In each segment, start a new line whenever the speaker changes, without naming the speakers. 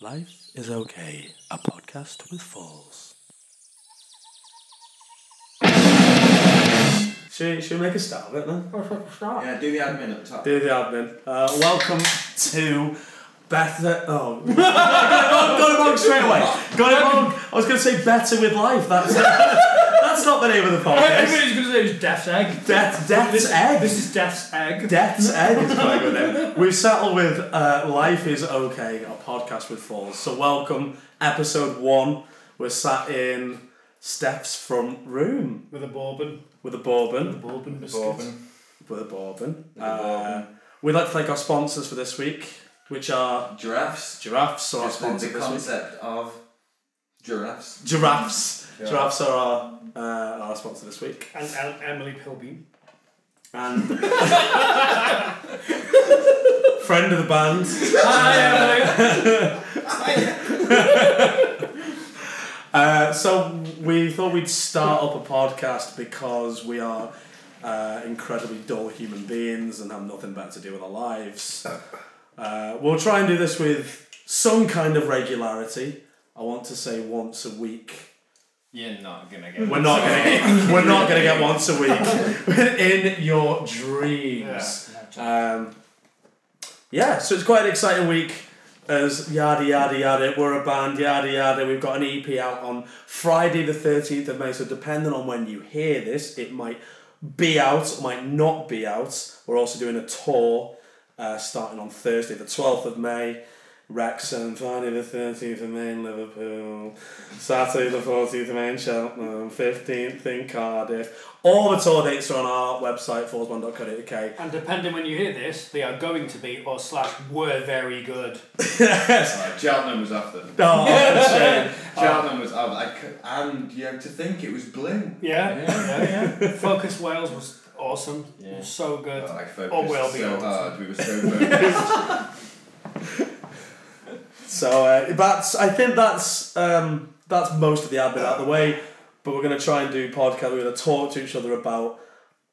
Life is okay, a podcast with falls. Should, should we make a start of it then?
Yeah, do the admin up top.
Dear the admin, uh, welcome to Better. Oh, got it wrong straight away. Got it wrong. I was going to say Better with Life. That's that's not the name of the podcast.
Everybody's gonna say it's Death's Egg.
Death, Death's Egg.
This is Death's Egg.
Death's Egg is quite a good name. We've settled with uh, Life is Okay, a podcast with Falls. So, welcome, episode one. We're sat in Steph's front room
With a bourbon.
with a bourbon.
Bourbon biscuit.
Bourbon.
With a bourbon.
a
Uh,
bourbon.
we'd like to thank our sponsors for this week, which are
Um, Giraffes.
giraffes. So, our
Just the,
sponsor
the
this week.
concept of giraffes.
Giraffes.
Yeah.
Giraffes are our, uh, our sponsor this week.
And El- Emily Pilbeam.
And. Friend of the band.
Hi,
Uh, so we thought we'd start up a podcast because we are uh, incredibly dull human beings and have nothing better to do with our lives. Uh, we'll try and do this with some kind of regularity. I want to say once a week.
You're not gonna get.
We're not gonna get, we're not gonna get once a week. In your dreams. Yeah. Um, yeah, so it's quite an exciting week as yada yada yada, we're a band, yada yada. We've got an EP out on Friday the 13th of May, so depending on when you hear this, it might be out, might not be out. We're also doing a tour uh, starting on Thursday the 12th of May. Wrexham, Friday the 13th of May in Liverpool, Saturday the 14th of May in Cheltenham, 15th in Cardiff. All the tour dates are on our website, fallsband.co.uk.
And depending when you hear this, they are going to be or slash were very good.
Right, Cheltenham was off them.
Oh, shame.
Cheltenham was off. I cou- and you had to think it was Bling.
Yeah,
Yeah.
yeah, yeah. Focus Wales was awesome.
Yeah.
So good.
Oh, I focused
Oh, well,
so
beyond.
hard. We were so focused.
So uh, that's I think that's um, that's most of the admin out of the way. But we're gonna try and do podcast. We're gonna talk to each other about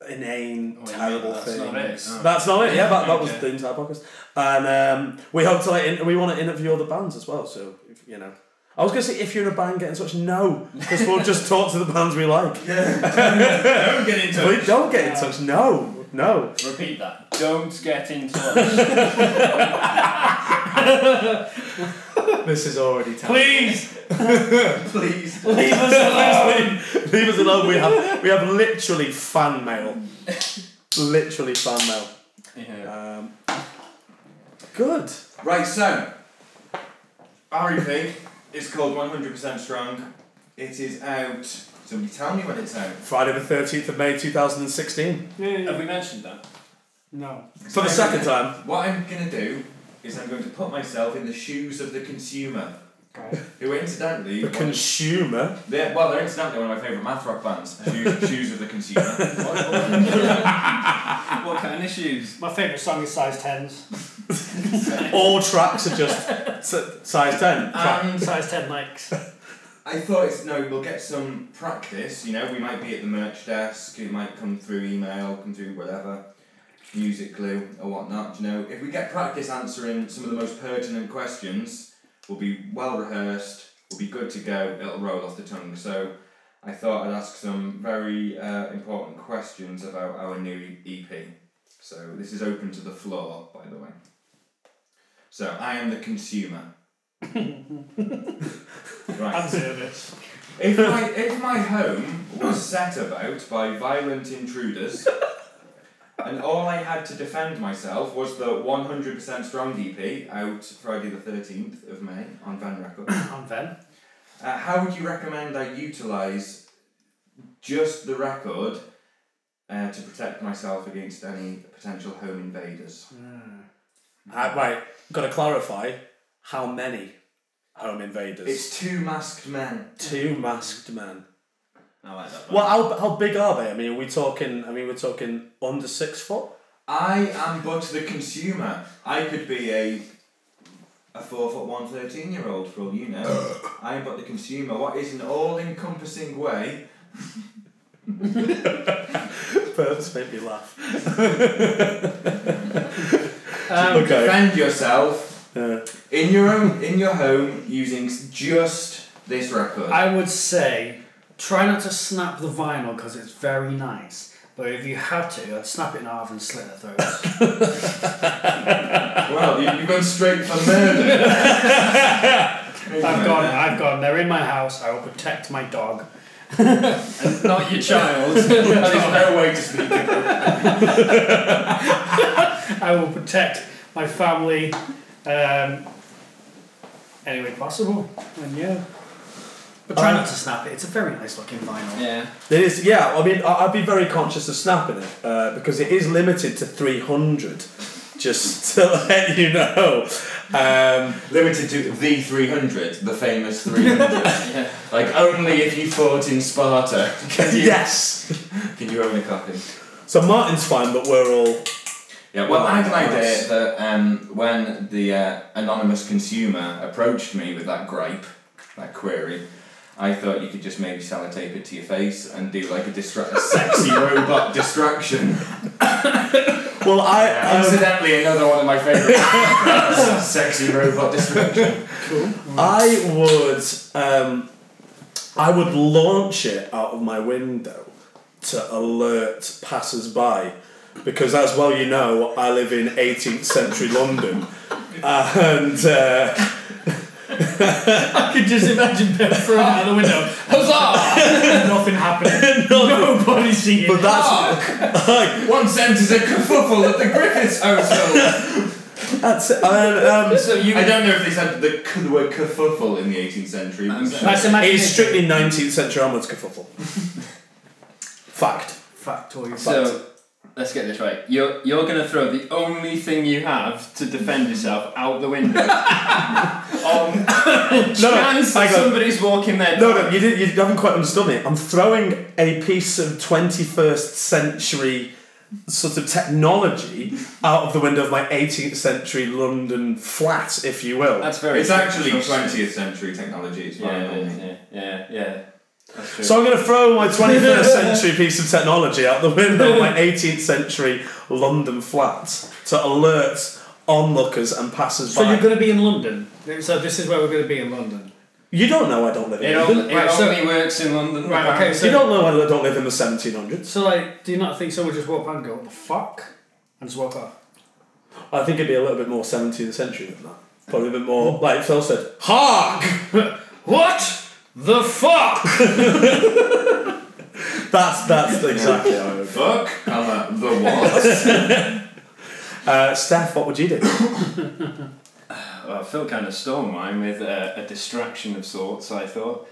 inane,
Oh, yeah,
terrible
that's
things.
not it. Oh.
That's not it. Yeah, that, that was
Okay.
the entire podcast. And um, we hope to like in, we want to interview other bands as well. So if, you know, I was gonna say if you're in a band, get in touch. No, because we'll just talk to the bands we like.
Don't get in touch.
But don't get in touch. No, no.
Repeat that. Don't get in touch.
This is already terrible.
Please
Please.
leave us alone.
leave, leave us alone. We have we have literally fan mail. literally fan mail.
Yeah.
Um, good.
Right, so. REP is called 100% Strong. It is out. Somebody tell me when it's out.
Friday the 13th of May 2016.
Yeah, yeah,
Have
yeah.
we mentioned that?
No.
For the second time.
What I'm going to do is I'm going to put myself in the shoes of the consumer,
Okay.
who incidentally,
The consumer.
they're, well, they're incidentally one of my favourite math rock bands, shoes, shoes of the consumer.
What, what, what kind of issues?
My favourite song is size tens.
All tracks are just s- size Uh, 10. Track-
And
size ten likes.
I thought it's no, we'll get some practice. You know, we might be at the merch desk. It might come through email, come through whatever, music glue or whatnot. You know, if we get practice answering some of the most pertinent questions, we'll be well rehearsed. We'll be good to go. It'll roll off the tongue. So, I thought I'd ask some very uh, important questions about our new EP. So this is open to the floor, by the way. So I am the consumer. right.
I'm nervous.
If my if my home was set about by violent intruders, and all I had to defend myself was the one hundred percent strong EP out Friday the thirteenth of May on Van Records.
I'm Ven.
Uh, how would you recommend I utilise just the record uh, to protect myself against any potential home invaders?
Uh, right, gotta clarify how many home invaders?
It's two masked men.
two masked men.
I like that.
Well, how, how big are they? I mean, are we talking? I mean, we're talking under six foot.
I am but the consumer. I could be a a four foot one thirteen year old for all you know. I am but the consumer. What is an all encompassing way?
Purpose made me laugh. Okay.
Um,
Um, Defend yourself
Yeah.
in your own in your home using s- just this record.
I would say try not to snap the vinyl because it's very nice. But if you had to, I'd snap it in half and slit the throats.
well, you, you've gone straight for murder.
I've gone. I've gone. They're in my house. I will protect my dog.
Not your child.
There's no way to speak. of it.
I will protect my family. Um, any way possible. Uh, And yeah. But try
Um,
not to snap it. It's a very nice looking vinyl.
yeah.
It is, yeah. I mean, I- I'd be very conscious of snapping it uh, because it is limited to 300, just to let you know. Um,
Limited to the 300, the famous 300.
Yeah.
like, only if you fought in Sparta can you,
yes!
can you own a copy.
So Martin's fine, but we're all.
Yeah, well, I had an idea that um, when the uh, anonymous consumer approached me with that gripe, that query, I thought you could just maybe sellotape it to your face and do like a, distra- a sexy robot distraction.
Well, I. um,
Incidentally, another one of my favourite sexy robot distraction.
I would um, I would launch it out of my window to alert passers-by because as well you know I live in 18th century London and uh,
I could just imagine Ben throwing it out the window.
Huzzah!
Nothing happening. Nobody seeing
but
it.
that's like,
One sentence a kerfuffle at the Griffiths household.
that's it. Um, um,
so you.
I don't know if they said the, c- the word kerfuffle in the 18th century. but I'm sure.
That's imagination.
it's strictly 19th century onwards kerfuffle fact
Factoid.
So let's get this right. You're you're gonna throw the only thing you have to defend yourself out the window. On chance
hang
that
on.
somebody's walking their
no
dog.
no you, did, you haven't quite understood it I'm throwing a piece of 21st century sort of technology out of the window of my 18th century London flat, if you will.
That's very.
It's actually
trusty.
20th century technology, it's fine.
Yeah, yeah, yeah, yeah. That's true.
so I'm going to throw my 21st century piece of technology out the window of my 18th century London flat to alert onlookers and passers by.
So you're going to be in London. So this is where we're going to be in London.
you don't know I don't live in
it
London.
only, it
Right, so-
only works in London.
Right, okay,
apparently.
so-
You don't know I don't live in the 1700s.
So like, do you not think someone just walk by and go, "What the fuck," and just walk off?
I think it'd be a little bit more 17th century than that. Probably a bit more, like Phil said, hark!
What the fuck?
That's, that's exactly how it would be.
Fuck, comma, the what?
Uh, Steph, what would you do?
Well, Phil kind of stole mine with uh, a distraction of sorts, I thought.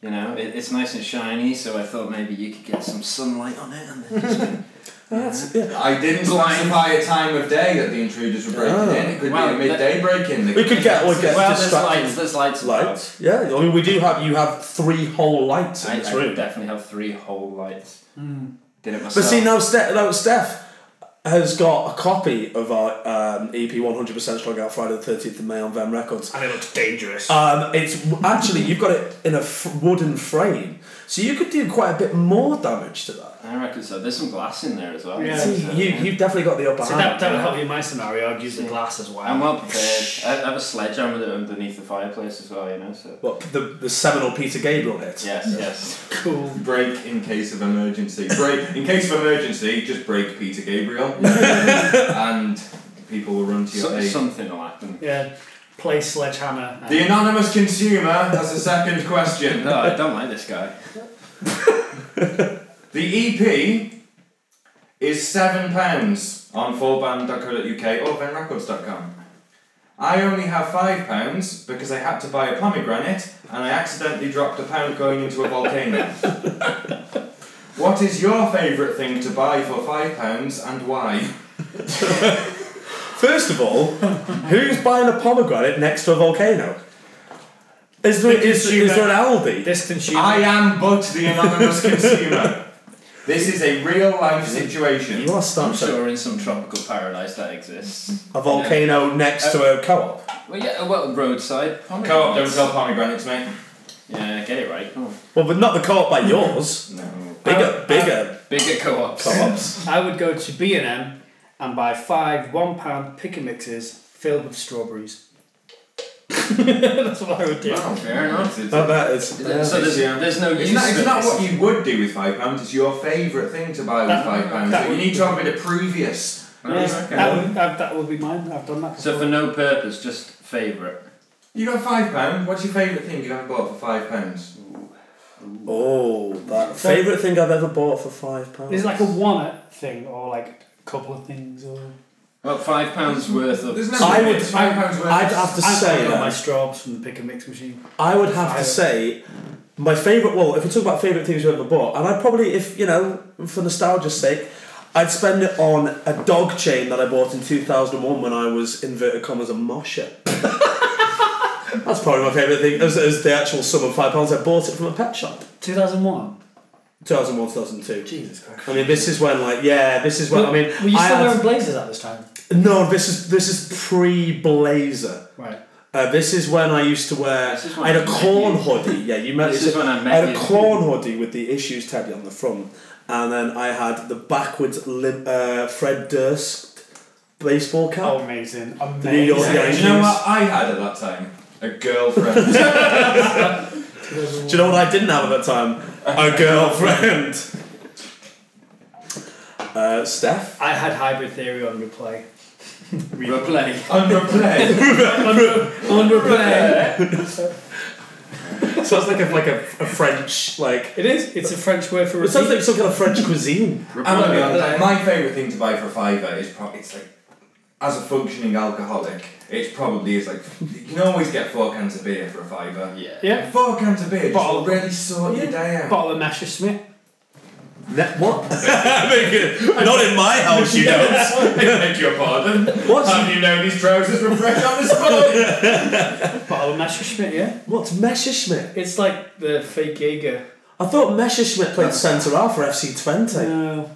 You know, it, it's nice and shiny, so I thought maybe you could get some sunlight on it. And then just
That's, yeah.
I didn't specify a time of day that the intruders were breaking
Oh.
in. It could
Well,
be a midday break in.
We could get- we'll get-
well, there's
distracting
lights, there's lights. above.
Lights? Yeah, I mean, we do have, you have three whole lights in
I,
this
I
room.
definitely have three whole lights.
Hmm.
Did it myself.
But see, now Steph, now Steph has got a copy of our um, EP 100% Strong Out Friday the 13th of May on Vem Records.
And it looks dangerous.
Um, it's actually, you've got it in a f- wooden frame, so you could do quite a bit more damage to that.
I reckon so. There's some glass in there as well.
Yeah.
See,
So,
you,
yeah.
you've definitely got the upper
so
hand.
that, that would help you in my scenario. I'd use the glass as well.
I'm well prepared. I I have a sledgehammer that underneath the fireplace as well, you know, so.
What, the, the seminal Peter Gabriel hit.
Yes, yes.
cool.
Break in case of emergency. Break in case of emergency. Just break Peter Gabriel, and people will run to your
So,
aid.
something will happen.
Yeah. Play sledgehammer. and-
the anonymous consumer has a second question.
No, I don't like this guy.
The EP is seven pounds on fullband.co.uk or venrecords.com. I only have five pounds because I had to buy a pomegranate and I accidentally dropped a pound going into a volcano. what is your favourite thing to buy for five pounds and why?
First of all, who's buying a pomegranate next to a volcano? Is there, is, is there an Aldi?
This consumer.
I am but the anonymous consumer. This is a real life situation.
You are
I'm
starting
sure we're in some tropical paradise that exists.
a volcano next to
Uh,
a co-op.
Well, yeah, well, roadside. pomegranate.
Co op, don't sell pomegranates, mate.
Yeah, get it right. Come on.
Well, but not the co-op by yours.
No.
Uh,
Bigger, bigger
Bigger co-ops.
co-ops.
I would go to B and M and buy five one pound pick and mixes filled with strawberries. That's what I would do.
Wow, fair enough. It's,
I bet it's.
So there's,
Yeah.
there's no
it's
use
not, it's
for
not
this.
what you would do with five pounds. It's your favourite thing to buy with
That-
five pounds.
that
But you
would-
need to have a bit of previous.
Yes, that, would, that, that would be mine. I've done that.
So for
before.
no purpose, just favourite.
You got five pound. What's your favourite thing you've ever bought for five pounds?
Oh, that favorite thing I've ever bought for five pounds.
Is it like a one thing or like a couple of things or?
Well, five pounds worth of.
There's no.
I would-
it's Five pounds worth.
I'd have to say
I got my
that.
straws from the pick and mix machine.
I would have to
Five.
say, my favorite. Well, if we talk about favorite things you ever bought, and I probably, if you know, for nostalgia's sake, I'd spend it on a dog chain that I bought in two thousand and one when I was inverted commas a mosher. That's probably my favorite thing. As, as the actual sum of five pounds, I bought it from a pet shop.
Two thousand one.
2001, 2002.
Jesus Christ.
I mean, this is when, like, yeah, this is when. I mean,
were you still
I had-
wearing blazers at this time?
No, this is this is pre Blazer.
Right.
Uh, this is when I used to wear.
This is when
I had
I
a
met
corn
you.
hoodie. Yeah, you met.
This
you
is
said-
when I met
had a
you.
corn hoodie with the issues tabby on the front, and then I had the backwards lim- uh, Fred Durst baseball cap.
Oh, amazing. Amazing.
The New York
Do you know what I had at that time? A girlfriend.
Do you know what I didn't have at that time? A girlfriend. Uh, Steph.
I had hybrid theory on replay.
Replay.
Unreplayed.
On replay.
Sounds like a like a, a French like.
It is. It's a French word for
It sounds
repeat.
like some kind of French cuisine.
I'm gonna be honest. like, My favourite thing to buy for a fiver is probably it's like, as a functioning alcoholic, it probably is like you can always get four cans of beer for a fiver.
Yeah.
yeah.
Four cans of beer just
Bottle.
will really sort your day out.
Bottle of Messerschmitt.
Ne- what? Not in my house, you know. Um,
Beg your pardon.
What's
Have you known these trousers were fresh on this morning?
Bottle of Messerschmitt, yeah.
What's Messerschmitt?
It's like the fake Jaeger.
I thought Messerschmitt played centre half for FC Twente.
No.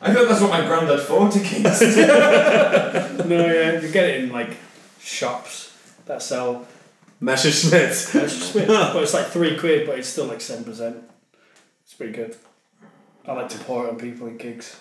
I thought that's what my granddad fought against.
No, yeah. You get it in like shops that sell
Messerschmitt.
Messerschmitt. but it's like three quid, but it's still like 7%. It's pretty good. I like to pour it on people at gigs.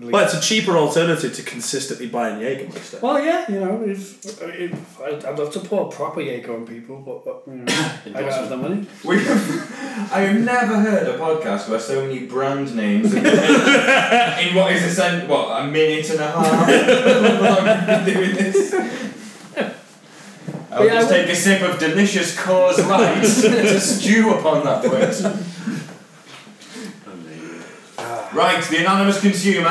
Well, it's a cheaper alternative to consistently buying Jägermeister.
Well, yeah, you know, if, if I'd, I'd love to pour a proper Jaeger on people, but, but you know, I don't have the money.
we have, I have never heard a podcast where so many brand names have been in what is a sen- what a minute and a half. I've been doing this. I'll
Yeah, I
just
would-
take a sip of delicious cause light to stew upon that word. Right, the anonymous consumer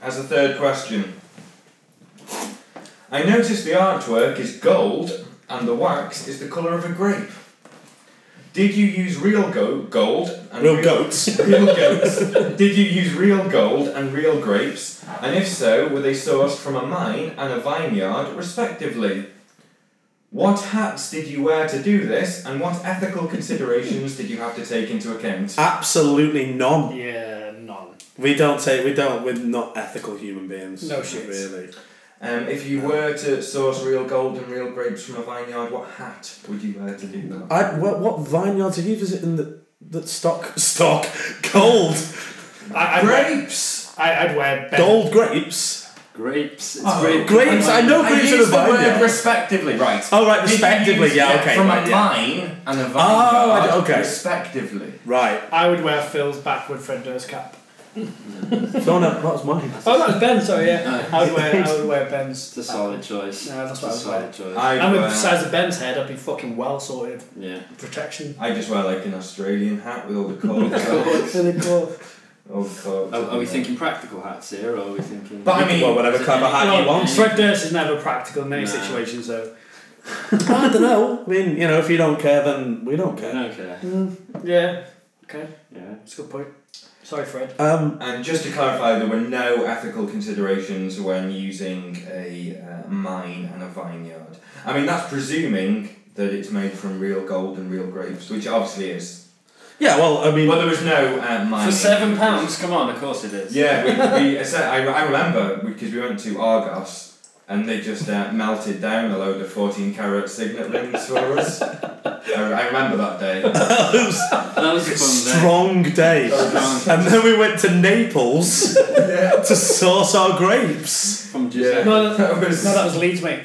has a third question. I noticed the artwork is gold and the wax is the colour of a grape. Did you use real go- gold and
Real goats.
real goats? Did you use real gold and real grapes? And if so, were they sourced from a mine and a vineyard, respectively? What hats did you wear to do this, and what ethical considerations did you have to take into account?
Absolutely none.
Yeah, none.
We don't take. We don't. We're not ethical human beings.
No shit.
Really.
Um, if you were to source real gold and real grapes from a vineyard, what hat would you wear to do that?
I. What, what vineyards are you visiting that that stock stock gold
I, I'd, wear,
Grapes!
I, I'd wear Ben-
gold grapes?
Grapes. It's
Oh,
grape.
Grapes. I know grapes
I
are a
used the word
vineyard.
respectively, right.
Oh, right,
Did you
respectively,
use
yeah,
it
okay,
From
right,
a
yeah.
mine and a vineyard,
Oh, I d- okay.
respectively.
Right.
I would wear Phil's backward Fred Durst cap.
No, no, that was mine.
Oh, that was Ben's, sorry, yeah.
No.
I would wear, I would wear Ben's.
It's a solid choice.
No, that's
it's a
what I
solid
was
choice.
I,
I'm
wear,
the size of Ben's head, I'd be fucking well sorted.
Yeah.
Protection.
I just wear like an Australian hat with all the cords. on it.
Really cool.
all the cords.
Oh, Are, are we
on it.
thinking practical hats here, or are we thinking?
But I mean,
well, whatever type of hat you
Well,
want.
Fred Durst is never practical in any
No.
situation, so.
I don't know. I mean, you know, if you don't care, then we don't
I
care.
don't care.
Yeah, okay,
Yeah.
that's a good point. Sorry, Fred.
Um,
And just to clarify, there were no ethical considerations when using a uh, mine and a vineyard. I mean, that's presuming that it's made from real gold and real grapes, which it obviously is.
yeah, well, I mean,
But there was no uh, mine.
For seven pounds, come on. Of course it is.
Yeah, we, we, I said- I, I remember because we went to Argos and they just uh, melted down a load of 14 carat signet rings for us. I, I remember that day.
it was
That was
a
a fun day.
strong day.
Strong.
And then we went to Naples
yeah.
to source our grapes.
From Giuseppe.
No, no,
That was.
No, that was Leeds, mate.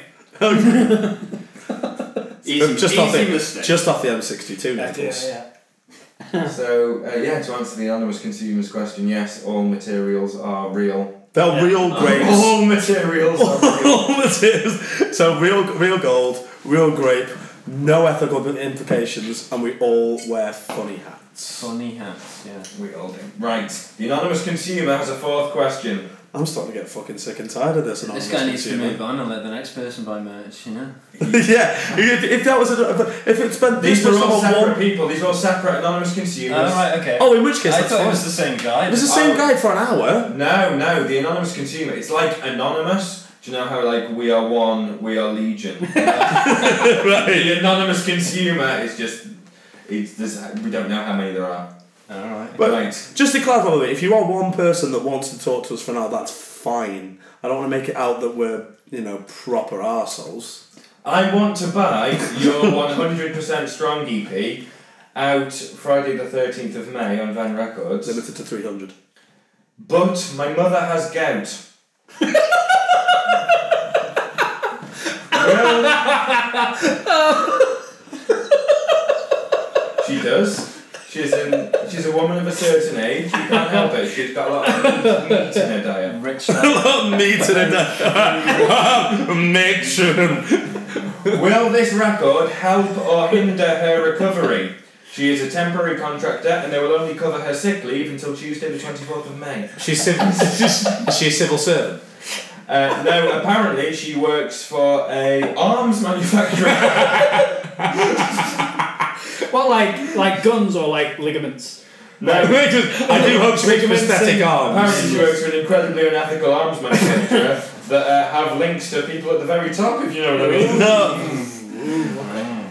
Easy,
just
easy
off it.
mistake.
Just off the M62 nipples.
yeah.
so uh, yeah, to answer the anonymous consumer's question, yes, all materials are real.
They're
Yeah.
real
Oh.
grapes.
All materials are real.
All it is. So real, real gold, real grape, no ethical implications, and we all wear funny hats.
Funny hats, yeah.
We all do. Right. The anonymous consumer has a fourth question.
I'm starting to get fucking sick and tired of this. And
This guy needs to move on and let the next person buy merch, you know?
yeah, if, if that was a, if it spent
These
these
were
was
all
on
separate
one.
people. These were all separate anonymous consumers.
okay.
Oh, in which case
I
that's
thought
fine.
it was the same guy.
It was the
but-
same
Oh.
guy for an hour.
No, no. The anonymous consumer. It's like anonymous. Do you know how like we are one, we are legion?
right.
the anonymous consumer is just. It's this. We don't know how many there are.
Alright.
But-
right.
Just to clarify, by the way, if you are one person that wants to talk to us for an hour, that's fine. I don't want to make it out that we're you know proper arseholes.
I want to buy your one hundred percent strong EP. Out Friday the thirteenth of May on Van Records.
Limited to three hundred.
But my mother has gout. well, she does. She's in. She's a woman of a certain age. You can't help it. She's got a lot of meat in her diet.
Rich uh,
Me to the Make sure.
Will this record help or hinder her recovery? She is a temporary contractor, and they will only cover her sick leave until Tuesday, the twenty fourth of May.
She's civil. she's civil servant.
Uh, no, apparently she works for a arms manufacturer.
What, like like guns or like ligaments?
No,
I do hope she makes prosthetic arms.
Apparently, she works with an incredibly unethical arms manufacturer that uh, have links to people at the very top, if you know what I mean.
No.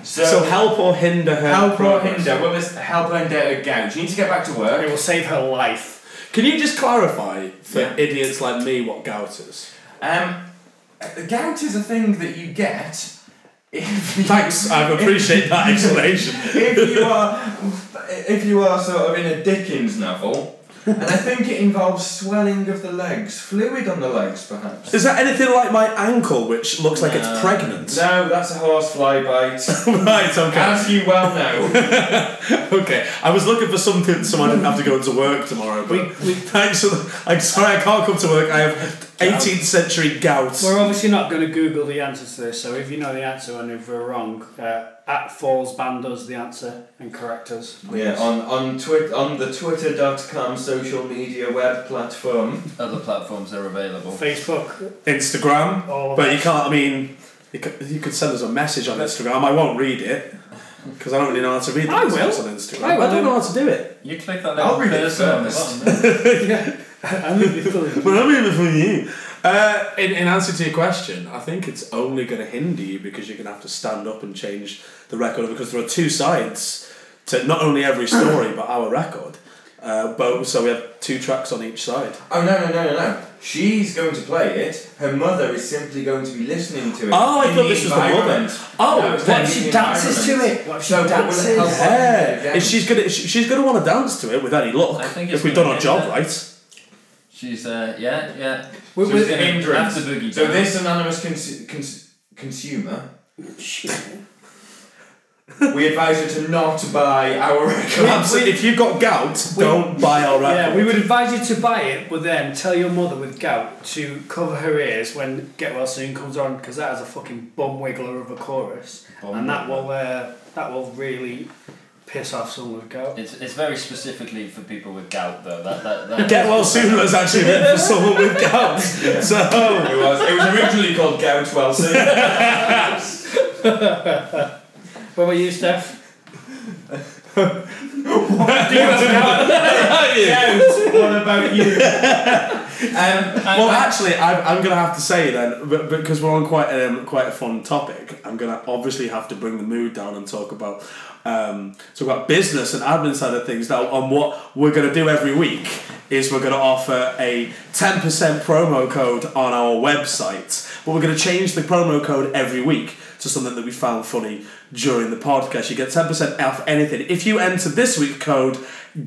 So,
So help or hinder her.
help or
progress.
hinder? Well, this help or hinder a gout. You need to get back to
It
work.
will save her life.
Can you just clarify for
Yeah.
idiots like me what gout is?
Um, gout is a thing that you get if you,
Thanks, I appreciate that explanation.
if you are if you are sort of in a Dickens novel. and I think it involves swelling of the legs, fluid on the legs, perhaps. Uh,
Is that anything like my ankle, which looks like it's
Uh,
No.
pregnant?
No, that's a horsefly bite.
right, okay.
As you well know.
Uh,
Okay, I was looking for something so I didn't have to go into work tomorrow, but thanks for the, I'm sorry I can't come to work, I have 18th century gout.
We're obviously not going to Google the answer to this, so if you know the answer and if we're wrong, uh, at Falls Band us the answer and correct us. please.
Yeah, on on twit on the twitter.com social media web platform.
Other platforms are available.
Facebook.
Instagram,
All of
but
that.
you can't, I mean, you could, you could send us a message on Instagram, I won't read it, because I don't really know how to read the
I will.
messages on Instagram.
I will.
don't know how to do it.
You click that
I'll
little
read it
person on the
first.
bottom. yeah.
I'm really feeling-
But I'm reading from you. Uh, in, in answer to your question, I think it's only going to hinder you because you're going to have to stand up and change the record because there are two sides to not only every story but our record. Uh, but so we have two tracks on each side.
Oh no no no no no. She's going to play it. Her mother is simply going to be listening to it.
Oh, I
in
thought
the
this was the mother.
environment.
Oh,
No, it's
what
in
if
the
she dances to
environment.
it? What if she
So what will it
dances?
help her
Yeah,
again?
if she's gonna she- she's gonna want to dance to it with any luck.
I think
if
it's
we've done
gonna
our
be
job
that.
right.
She's, uh, yeah, yeah.
So
She's
it's an
gonna
hindrance.
have to boogie
So
down.
this anonymous cons- cons- consumer. we advise her to not buy our record.
Absolutely. If you've got gout,
we-
don't buy our record.
Yeah, we would advise you to buy it, but then tell your mother with gout to cover her ears when Get Well Soon comes on, because that is a fucking bum wiggler of a chorus,
Bum
and that will uh, that will really piss off someone with gout.
It's, it's very specifically for people with gout, though. That, that, that,
Get well soon was actually meant for someone with gout. So
It was, it was originally called Gout Wilson.
What about you, Steph?
Gout, what about you?
I-
well,
I-
actually, I'm, I'm going to have to say then, b- because we're on quite um, quite a fun topic. I'm going to obviously have to bring the mood down and talk about um, talk about business and admin side of things. Now, on what we're going to do every week is we're going to offer a ten percent promo code on our website, but we're going to change the promo code every week to something that we found funny during the podcast. You get ten percent off anything if you enter this week code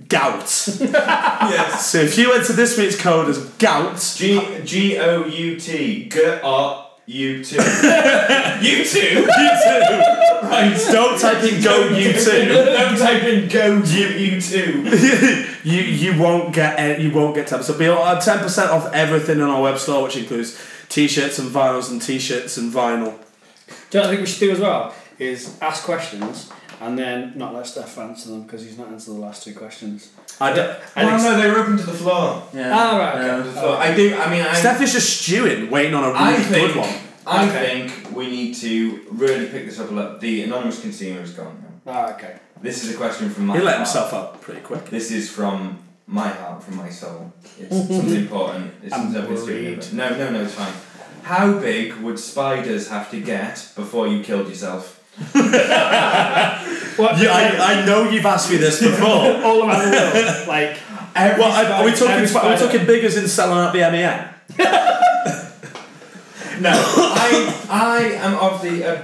gout.
yes.
So if you enter this week's code as gout,
G G O U T G O You too. you too.
YouTube.
Right.
Don't type in go YouTube.
Don't type in go you you too.
you you won't get any, you won't get ten percent. We are uh, ten percent off everything on our web store, which includes t-shirts and vinyls and t-shirts and vinyl.
Do you know what I think we should do as well? Is ask questions and then not let Steph answer them because he's not answered the last two questions.
I don't,
And
Oh
ex-
no, they were open to the floor.
Yeah. Um,
Ah, right, okay.
To the floor. I do. I mean, I.
Steph is just stewing, waiting on a
I
really
think.
good one.
I
Okay.
think we need to really pick this up. Look, the anonymous consumer is gone. now.
Ah, okay.
This is a question from my.
He let
heart.
himself up pretty quick.
This is from my heart, from my soul. It's something important. It's
I'm
something it's doing,
worried.
but- No, no, no, it's fine. How big would spiders have to get before you killed yourself?
What?
Yeah, I, I know you've asked me this before.
all around the world, like
Every
Well, I, are we
Spider-
talking?
every
sp- Are we
spider.
talking big as in selling out the E MEN?
No, I I am of the uh,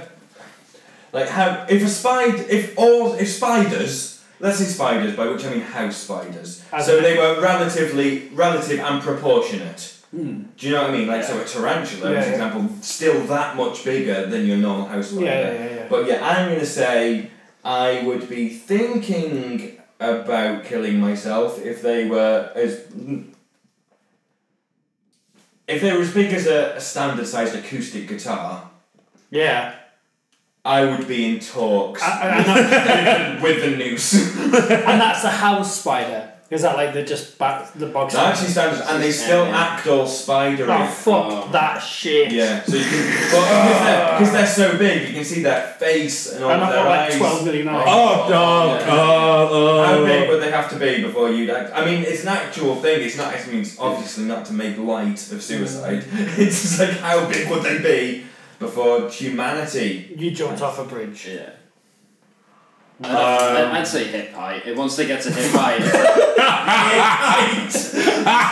like how if a spider if all if spiders let's say spiders by which I mean house spiders
As
so
in-
they were relatively relative and proportionate. Do you know what I mean? Like so a tarantula,
Hmm. Yeah,
for
yeah.
example, still that much bigger than your normal house spider.
Yeah, yeah, yeah, yeah.
But yeah, I'm gonna say I would be thinking about killing myself if they were as if they were as big as a, a standard sized acoustic guitar,
yeah.
I would be in talks
And- and, that-
with the noose.
and that's the house spider. Is that like they're just back the box?
That actually stands, and they still act all spidery.
Oh fuck
Oh.
that shit.
Yeah, so you can, well, because they're, 'cause they're so big, you can see their face and all
And I've
their
got like
eyes.
twelve million eyes.
Oh, oh,
yeah. How big
oh,
would they have to be before you? Like, I mean, it's an actual thing. It's not. It means obviously not to make light of suicide. It's just like how big would they be before humanity?
You jumped off a bridge.
Yeah. I'd, have-
Um,
I'd- I'd say hip height. It- Once they get to hip height, it's like,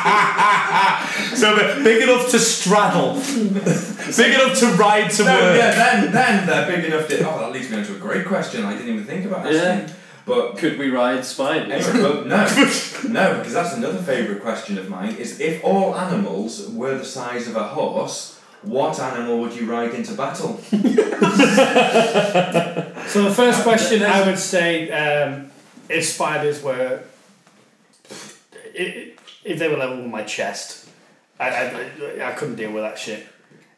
oh. So they're big enough to straddle, big enough to ride to
No, yeah,
work.
then then they're big enough to. Oh, that leads me on to a great question. I didn't even think about asking.
Yeah.
But
could we ride spiders?
anyway, well, no, no, because that's another favourite question of mine. Is if all animals were the size of a horse, what animal would you ride into battle?
So the first question I would say, um, if spiders were, i- if they were level with my chest, I, I, I couldn't deal with that shit.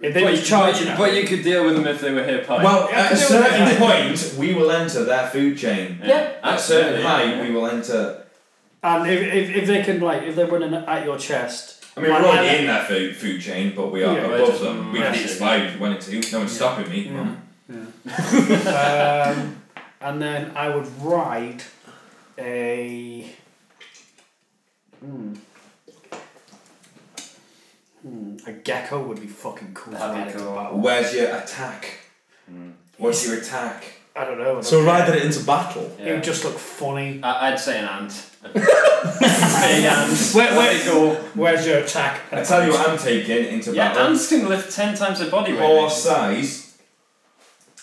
If they
But
were
you- but,
charging,
you,
at
but
me-
you could deal with them if they were hip height.
Well,
Yeah,
at a
because they were
certain
big.
point, we will enter their food chain.
yeah.
At a certain height, we will enter.
And if, if, if they can like if they're running at your chest,
I mean,
like,
we're
like-
already in that food, food chain, but we are
Yeah,
we're
above
just
them. We can eat a
massive. Mm.
spider if we wanted to. No one's stopping me. Mum.
um, and then I would ride a. Hmm. Hmm, A gecko would be fucking cool. to
That'd be
ride into
cool.
battle.
Where's your attack?
Mm.
What's your attack?
I don't know.
So ride that into battle.
It would just look funny.
I, I'd say an ant. A Big ant.
Wait, wait.
That'd be cool.
Where's your attack? Uh,
I tell you what I'm taking into
Yeah,
battle.
ants can lift ten times their body weight.
Or size.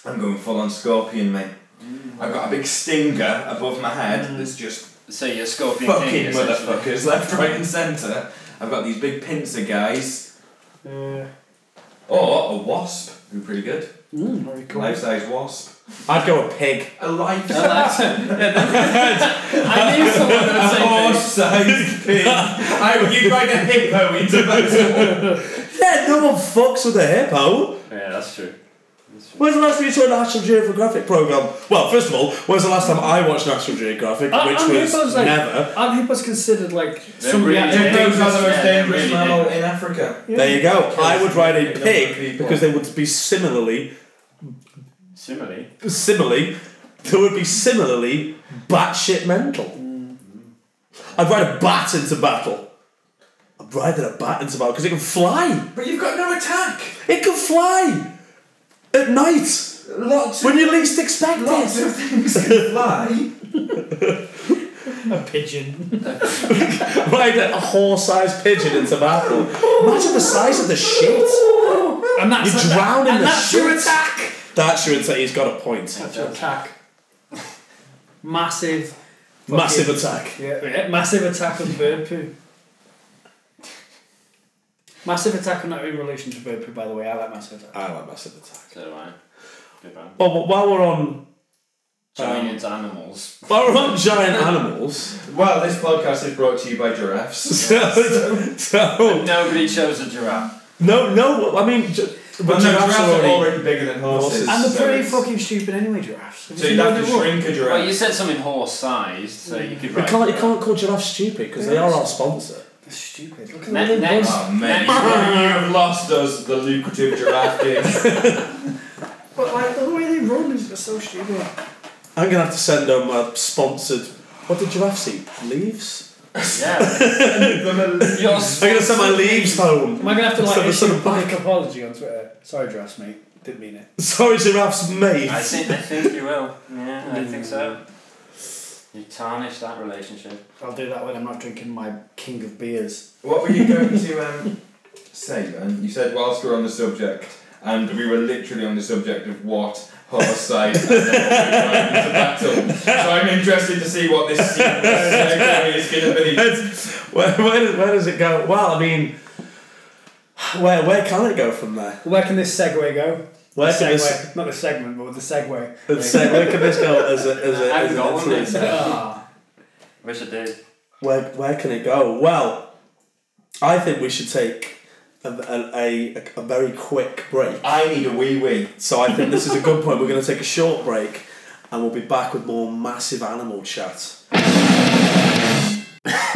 I'm going full on scorpion, mate.
Mm.
I've got a big stinger above my head that's just
So you're a scorpion king.
fucking
essentially.
motherfuckers left, right, and centre. I've got these big pincer guys.
Uh,
Or a wasp, who are pretty good.
very cool.
Life size wasp.
I'd go a pig.
A life
I liked it. Yeah, that- I knew someone that would
A
say
Oh,
horse sized pig. I, you'd ride a hippo into battle.
Yeah, no one fucks with a hippo.
pig. Yeah, that's true.
When's the last time you saw a National Geographic program? Well, first of all, when's the last time I watched National Geographic,
Aren't-
which
aren't
was
Uh, hippos, like-
never.
Aren't hippos considered like some
really
yeah,
dangerous.
Hippos are the most
Yeah,
dangerous
really
mammal in Africa.
There you go. I would ride a
Number of
pig
people.
because they would be similarly,
Similarly.
similarly, they would be similarly batshit mental. I'd ride a bat into battle. I'd ride a bat into battle because it can fly.
But you've got no attack.
It can fly at night
Lots of,
when you least expect
lots
it.
of things can fly.
a pigeon.
Ride a horse-sized pigeon into battle. Imagine the size of the shit.
And that's
You drown in
and
the
that's your
shit.
attack.
That's your insight. He's got a point.
That's your attack. Massive.
Massive attack.
Yeah, massive attack on bird poo. Massive Attack on that in relation to Burpee, by the way. I like Massive Attack.
I like Massive Attack.
So do I. Good man.
Well, but while we're on
Giant animals.
while we're on giant animals,
Well, this podcast is brought to you by giraffes.
so, so
Nobody chose a giraffe.
no, no. I mean, ju- but
But no,
giraffes are already.
bigger than
horses.
horses.
And they're
so
pretty
it's-
fucking stupid anyway, giraffes. Have
So
seen
you'd have
them
to
walk?
shrink a giraffe.
Well, you said something horse-sized, so you could
You
write.
can't, you can't call giraffes stupid because they are our sponsor.
They're stupid.
Look at
Ne-
them,
next.
boys.
Oh, mate. you have lost us the lucrative giraffe game.
But like the way they run is just so stupid.
I'm gonna have to send them a sponsored. What did giraffes eat? Leaves.
Yeah. Your
I'm gonna send my leaves home.
Am I gonna have to like
So the
issue
sort
a
of
public apology on Twitter? Sorry, giraffes, mate. Didn't mean it.
Sorry, giraffes, mate.
I think, I think you will. Yeah, I think so. You tarnish that relationship.
I'll do that when I'm not drinking my king of beers.
what were you going to um, say then? You said whilst we were on the subject, and we were literally on the subject of what horse size and then we were going into battle. So I'm interested to see what this sequence is going to be.
It's- where, where, does, where does it go? Well, I mean, where where can it go from there?
Where can this segue go?
Where
the
can
segue,
this,
not the segment, but the segue.
let's say, where can this go as a, as a,
I
as
haven't
an
got one
interlude?
yet.
Ah.
Wish I did.
Where where can it go? Well, I think we should take a a, a, a very quick break.
I need a wee wee.
So I think this is a good point. We're going to take a short break, and we'll be back with more massive animal chat.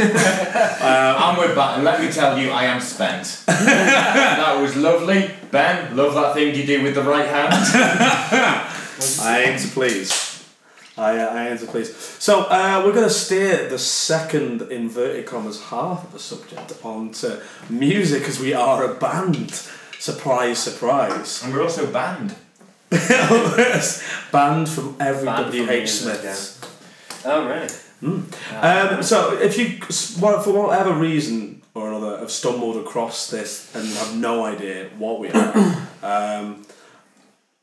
and we're back, and let me tell you, I am spent. that was lovely. Ben, love that thing you do with the right hand.
I aim to please. I, uh, I aim to please. So uh, we're going to steer the second inverted commas half of the subject onto music, as we are a band. Surprise, surprise.
and we're also banned.
band from every
Band
WH
from music,
Smiths.
Oh, really?
Um, so if you, for whatever reason or another, have stumbled across this and have no idea what we are, um,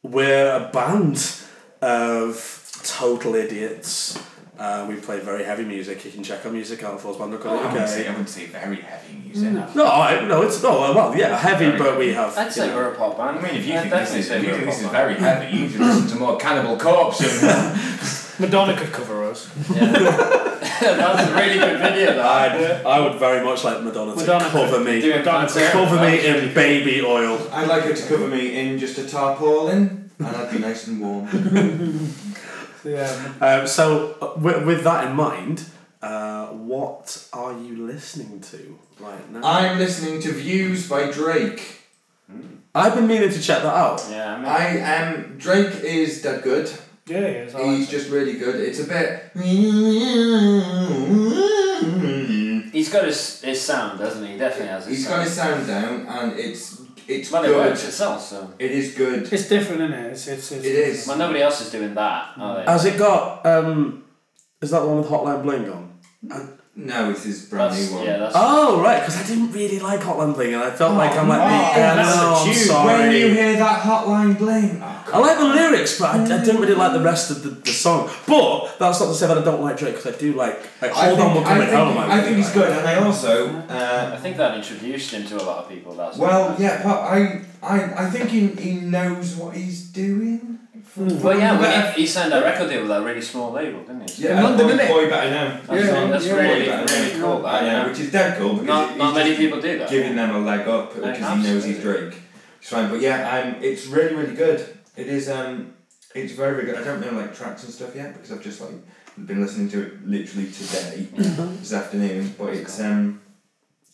we're a band of total idiots. Uh, we play very heavy music. You can check our music out at
Oh, I wouldn't say,
forceband.co.uk.
I wouldn't say very heavy music.
No, I, no, it's no. uh, Well, yeah, heavy,
Very
but we have.
I'd
you
say
know-
we're a pop band.
I mean, if you
I'd
think this
definitely
is,
say
if you
we're a
think
pop
this is
band.
very heavy, you should listen to more Cannibal Corpse. and-
Madonna could cover us.
Yeah. That's a really good video, that.
I'd, I would very much like Madonna to
Madonna
cover me,
Do a
Madonna
concert.
cover me in baby oil.
I'd like her to cover me in just a tarpaulin, and I'd be nice and warm.
Yeah.
Um, so, uh, with, with that in mind, uh, what are you listening to right now?
I'm listening to Views by Drake.
I've been meaning to check that out.
Yeah, I mean,
I am. Drake is that good.
Yeah, yeah. it's all
He's
right.
just really good. It's a bit.
he's got his, his sound, doesn't he? He definitely has his
He's got
sound.
his sound down, and it's it's
well, it works
good.
itself, so.
It is good.
It's different, isn't it? It's, it's, it's,
It is.
Well, nobody else is doing that, are they?
Has it got? Um, is that the one with Hotline Bling on?
No, it's his brand
that's,
new one.
yeah, that's.
Oh right, because I didn't really like Hotline Bling, and I felt
Oh,
like I'm like,
no,
yeah,
that's
no,
a
I'm
tune.
When you
sorry.
hear that hotline bling, oh,
I like the lyrics, but I, I didn't really like the rest of the, the song. But that's not to say that I don't like Drake, because I do like. like
I
Hold
think,
on, we're
I
coming
think,
home.
I think he's
like-
good, and I also, uh,
I think that introduced him to a lot of people. That's
well, yeah, but I, I, I think he, he knows what he's doing.
Hmm. Well, yeah,
But-
well, he, he signed a record deal with that really small label, didn't he?
yeah,
London,
boy,
innit?
boy better know.
That's,
Yeah,
that's
yeah.
really,
Yeah.
really cool.
I
That, yeah.
know, which is dead cool because
Not,
he's
not many
just
people do that.
giving them a leg up
Like,
because he knows he's
absolutely.
Drake. It's fine, but yeah, um, it's really really good. It is um, it's very very good. I don't know like tracks and stuff yet because I've just like been listening to it literally today
Mm-hmm.
this afternoon, but it's um.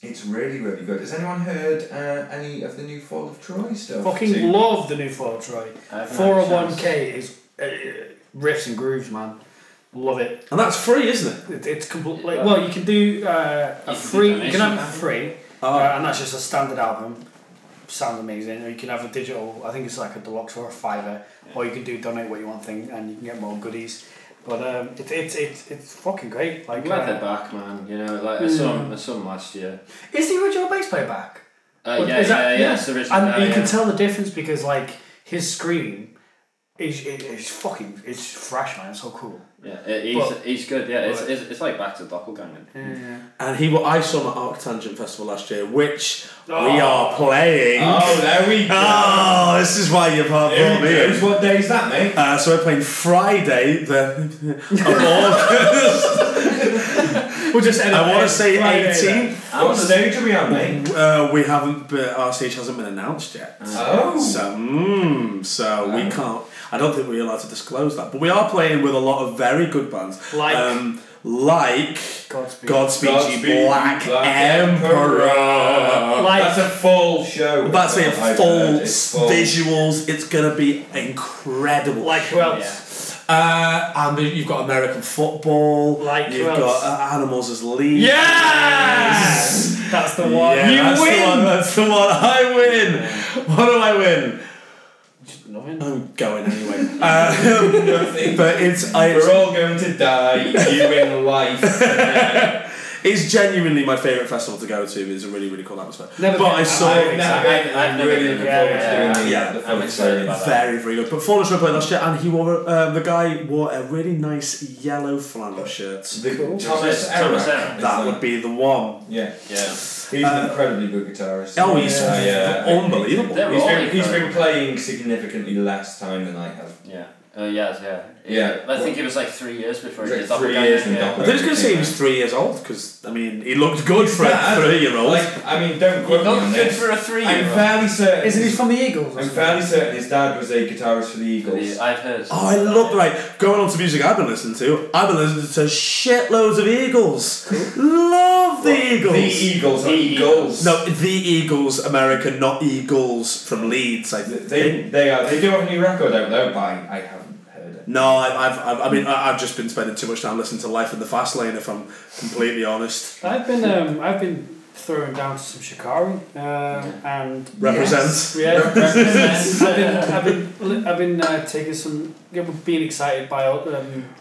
It's really, really good. Has anyone heard uh, any of the new Fall of Troy stuff?
Fucking
too?
love the new Ford Troy.
I haven't had a
401k is uh, riffs and grooves, man. Love it.
and that's free, isn't it?
it it's complete. Like, well, you can do uh, a
You can do
free. You can
donation.
have a free,
Oh.
uh, and that's just a standard album. Sounds amazing. Or you can have a digital. I think it's like a deluxe or a fiver, or you can do donate what you want thing, and you can get more goodies. But um, it, it's it's it's fucking great.
I'm
Like,
glad they're
uh,
back, man. You know, like I saw him, I saw him last year.
is the original bass player back?
Uh,
Well,
yeah,
is that-
yeah, yeah, it's the original-
And
yeah,
you
yeah.
can tell the difference because like his scream It's, it, it's fucking it's fresh man. It's so cool.
Yeah, it- he's,
Well-
he's good. Yeah, it's,
Well-
it's, it's like back to Doppelganger.
Yeah.
And he, wa- I saw him at Arctangent Festival last year, which we
Oh.
are playing.
Oh, there we go.
Oh, this is why you're part
there
of
we
me.
go. What day is that, mate?
Uh, so we're playing Friday the of August.
We'll just end
I
up
wanna
eight-
say
Friday
18th.
then. What stage are we on, mate?
uh, we haven't, but RCH hasn't been announced yet.
Oh.
So, mm, so we can't. I don't think we're allowed to disclose that, but we are playing with a lot of very good bands,
Like?
um, like
Godspeed.
Godspeed, Ye
Godspeed, Ye
Black,
Black
Emperor.
Emperor.
Like-
That's a full show.
That's a
I've
full
heard. It's full.
visuals. It's gonna be incredible.
Like who
Yeah.
else?
Uh, and you've got American football.
Like
you've
who else?
got uh, animals as lead.
Yes! That's the one.
Yeah, that's The one, that's the one. I win. What do I win?
Nothing.
I'm going anyway. Uh, but it's I,
We're all going to die. You in life.
it's genuinely my favourite festival to go to. It's a really really cool atmosphere.
Never
but
been-
I saw
I've never
I've-
been-
I've
I'm
never
really
been
looking
there.
forward to
Yeah,
doing
yeah,
the-
yeah.
the
I'm
film
excited
experience.
about
very very good. But Faunus were playing last year, and he wore uh, the guy wore a really nice yellow flannel shirt.
The
Cool.
Thomas
Thomas
Eric.
Eric. That
That would be the one.
Yeah,
Yeah.
he's an incredibly good guitarist.
Oh, he's
yeah, yeah.
unbelievable.
They're
He's
all
been, he's been
incredible.
playing significantly less time than I have.
Yeah. Uh, yes, yeah.
Yeah.
I think it was like three years before
It was
he
like
did
three
Doppelganger.
years in
yeah.
I
Doppelganger.
was going to say he was three years old because I mean he looked good for a
Yeah,
three year old.
Like, I mean, don't quote me
Not
on
good
this.
for a three
I'm
year old.
fairly certain.
Isn't he from the Eagles?
I'm fairly certain his dad was a guitarist for the Eagles.
I've heard.
Oh, I love right. Going on to music I've been listening to. I've been listening to shitloads of Eagles. Love the Eagles.
The Eagles.
The
The Eagles.
no, the Eagles, American, not Eagles from Leeds. I
Th-
think.
They, they are. They do have a new record out though, but I, I haven't heard it.
no, I've, I've, I've, I mean, I- I've just been spending too much time listening to Life in the Fast Lane. If I'm completely honest,
I've been um, I've been throwing down to some Shikari um, and
represent.
yeah.
Represents.
I've been I've been li- I've been uh, taking some yeah, being excited by um, the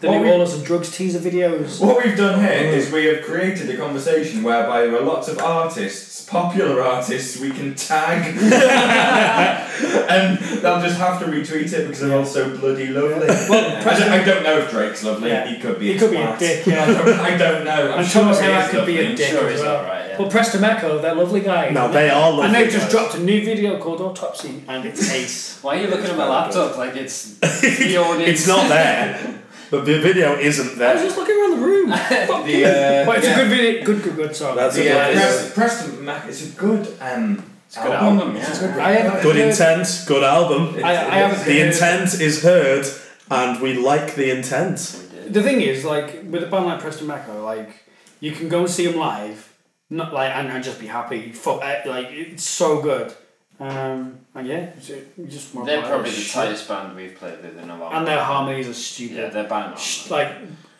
What
new
we-
Allers and Drugs teaser videos.
What we've done here is we have created a conversation whereby there are lots of artists, popular artists, we can tag, and they'll just have to retweet it because they're all so bloody lovely.
Well,
I, don't, I don't know if Drake's lovely.
Yeah.
He could be.
He could be a
twat.
dick.
I
Yeah.
don't, I don't know. I'm
And
sure
Thomas
he
Harris
is
could be a
lovely.
dick.
Sure,
as
he's
well.
alright, yeah.
Well, Preston Echo, that lovely guy.
Now they are lovely.
And they've just
guys.
dropped a new video called Autopsy, and it's ace.
Why are you looking at my laptop like it's the audience?
it's not there, but the video isn't
I was
there.
just looking around the room. Fuck
The,
you.
uh,
but it's
yeah.
a good video. Good, good, good song.
That's
The,
a
uh,
good
Pres- Preston Mac. It's a good. Um,
It's a good album, yeah.
It's a good
I haven't
Good
heard-
intent, good album.
It's-
I, I
it
haven't
is.
The
heard-
intent is heard, and we like the intent.
The thing is, like with a band like Preston Echo, like you can go and see them live, not like and, and just be happy. Fuck, eh, like it's so good. Um, and yeah, it's- it- you just want
They're
like,
probably
oh,
the
shit.
tightest band we've played with in a long
And their
time.
harmonies are
Yeah,
stupid.
they're bang on.
Sh- like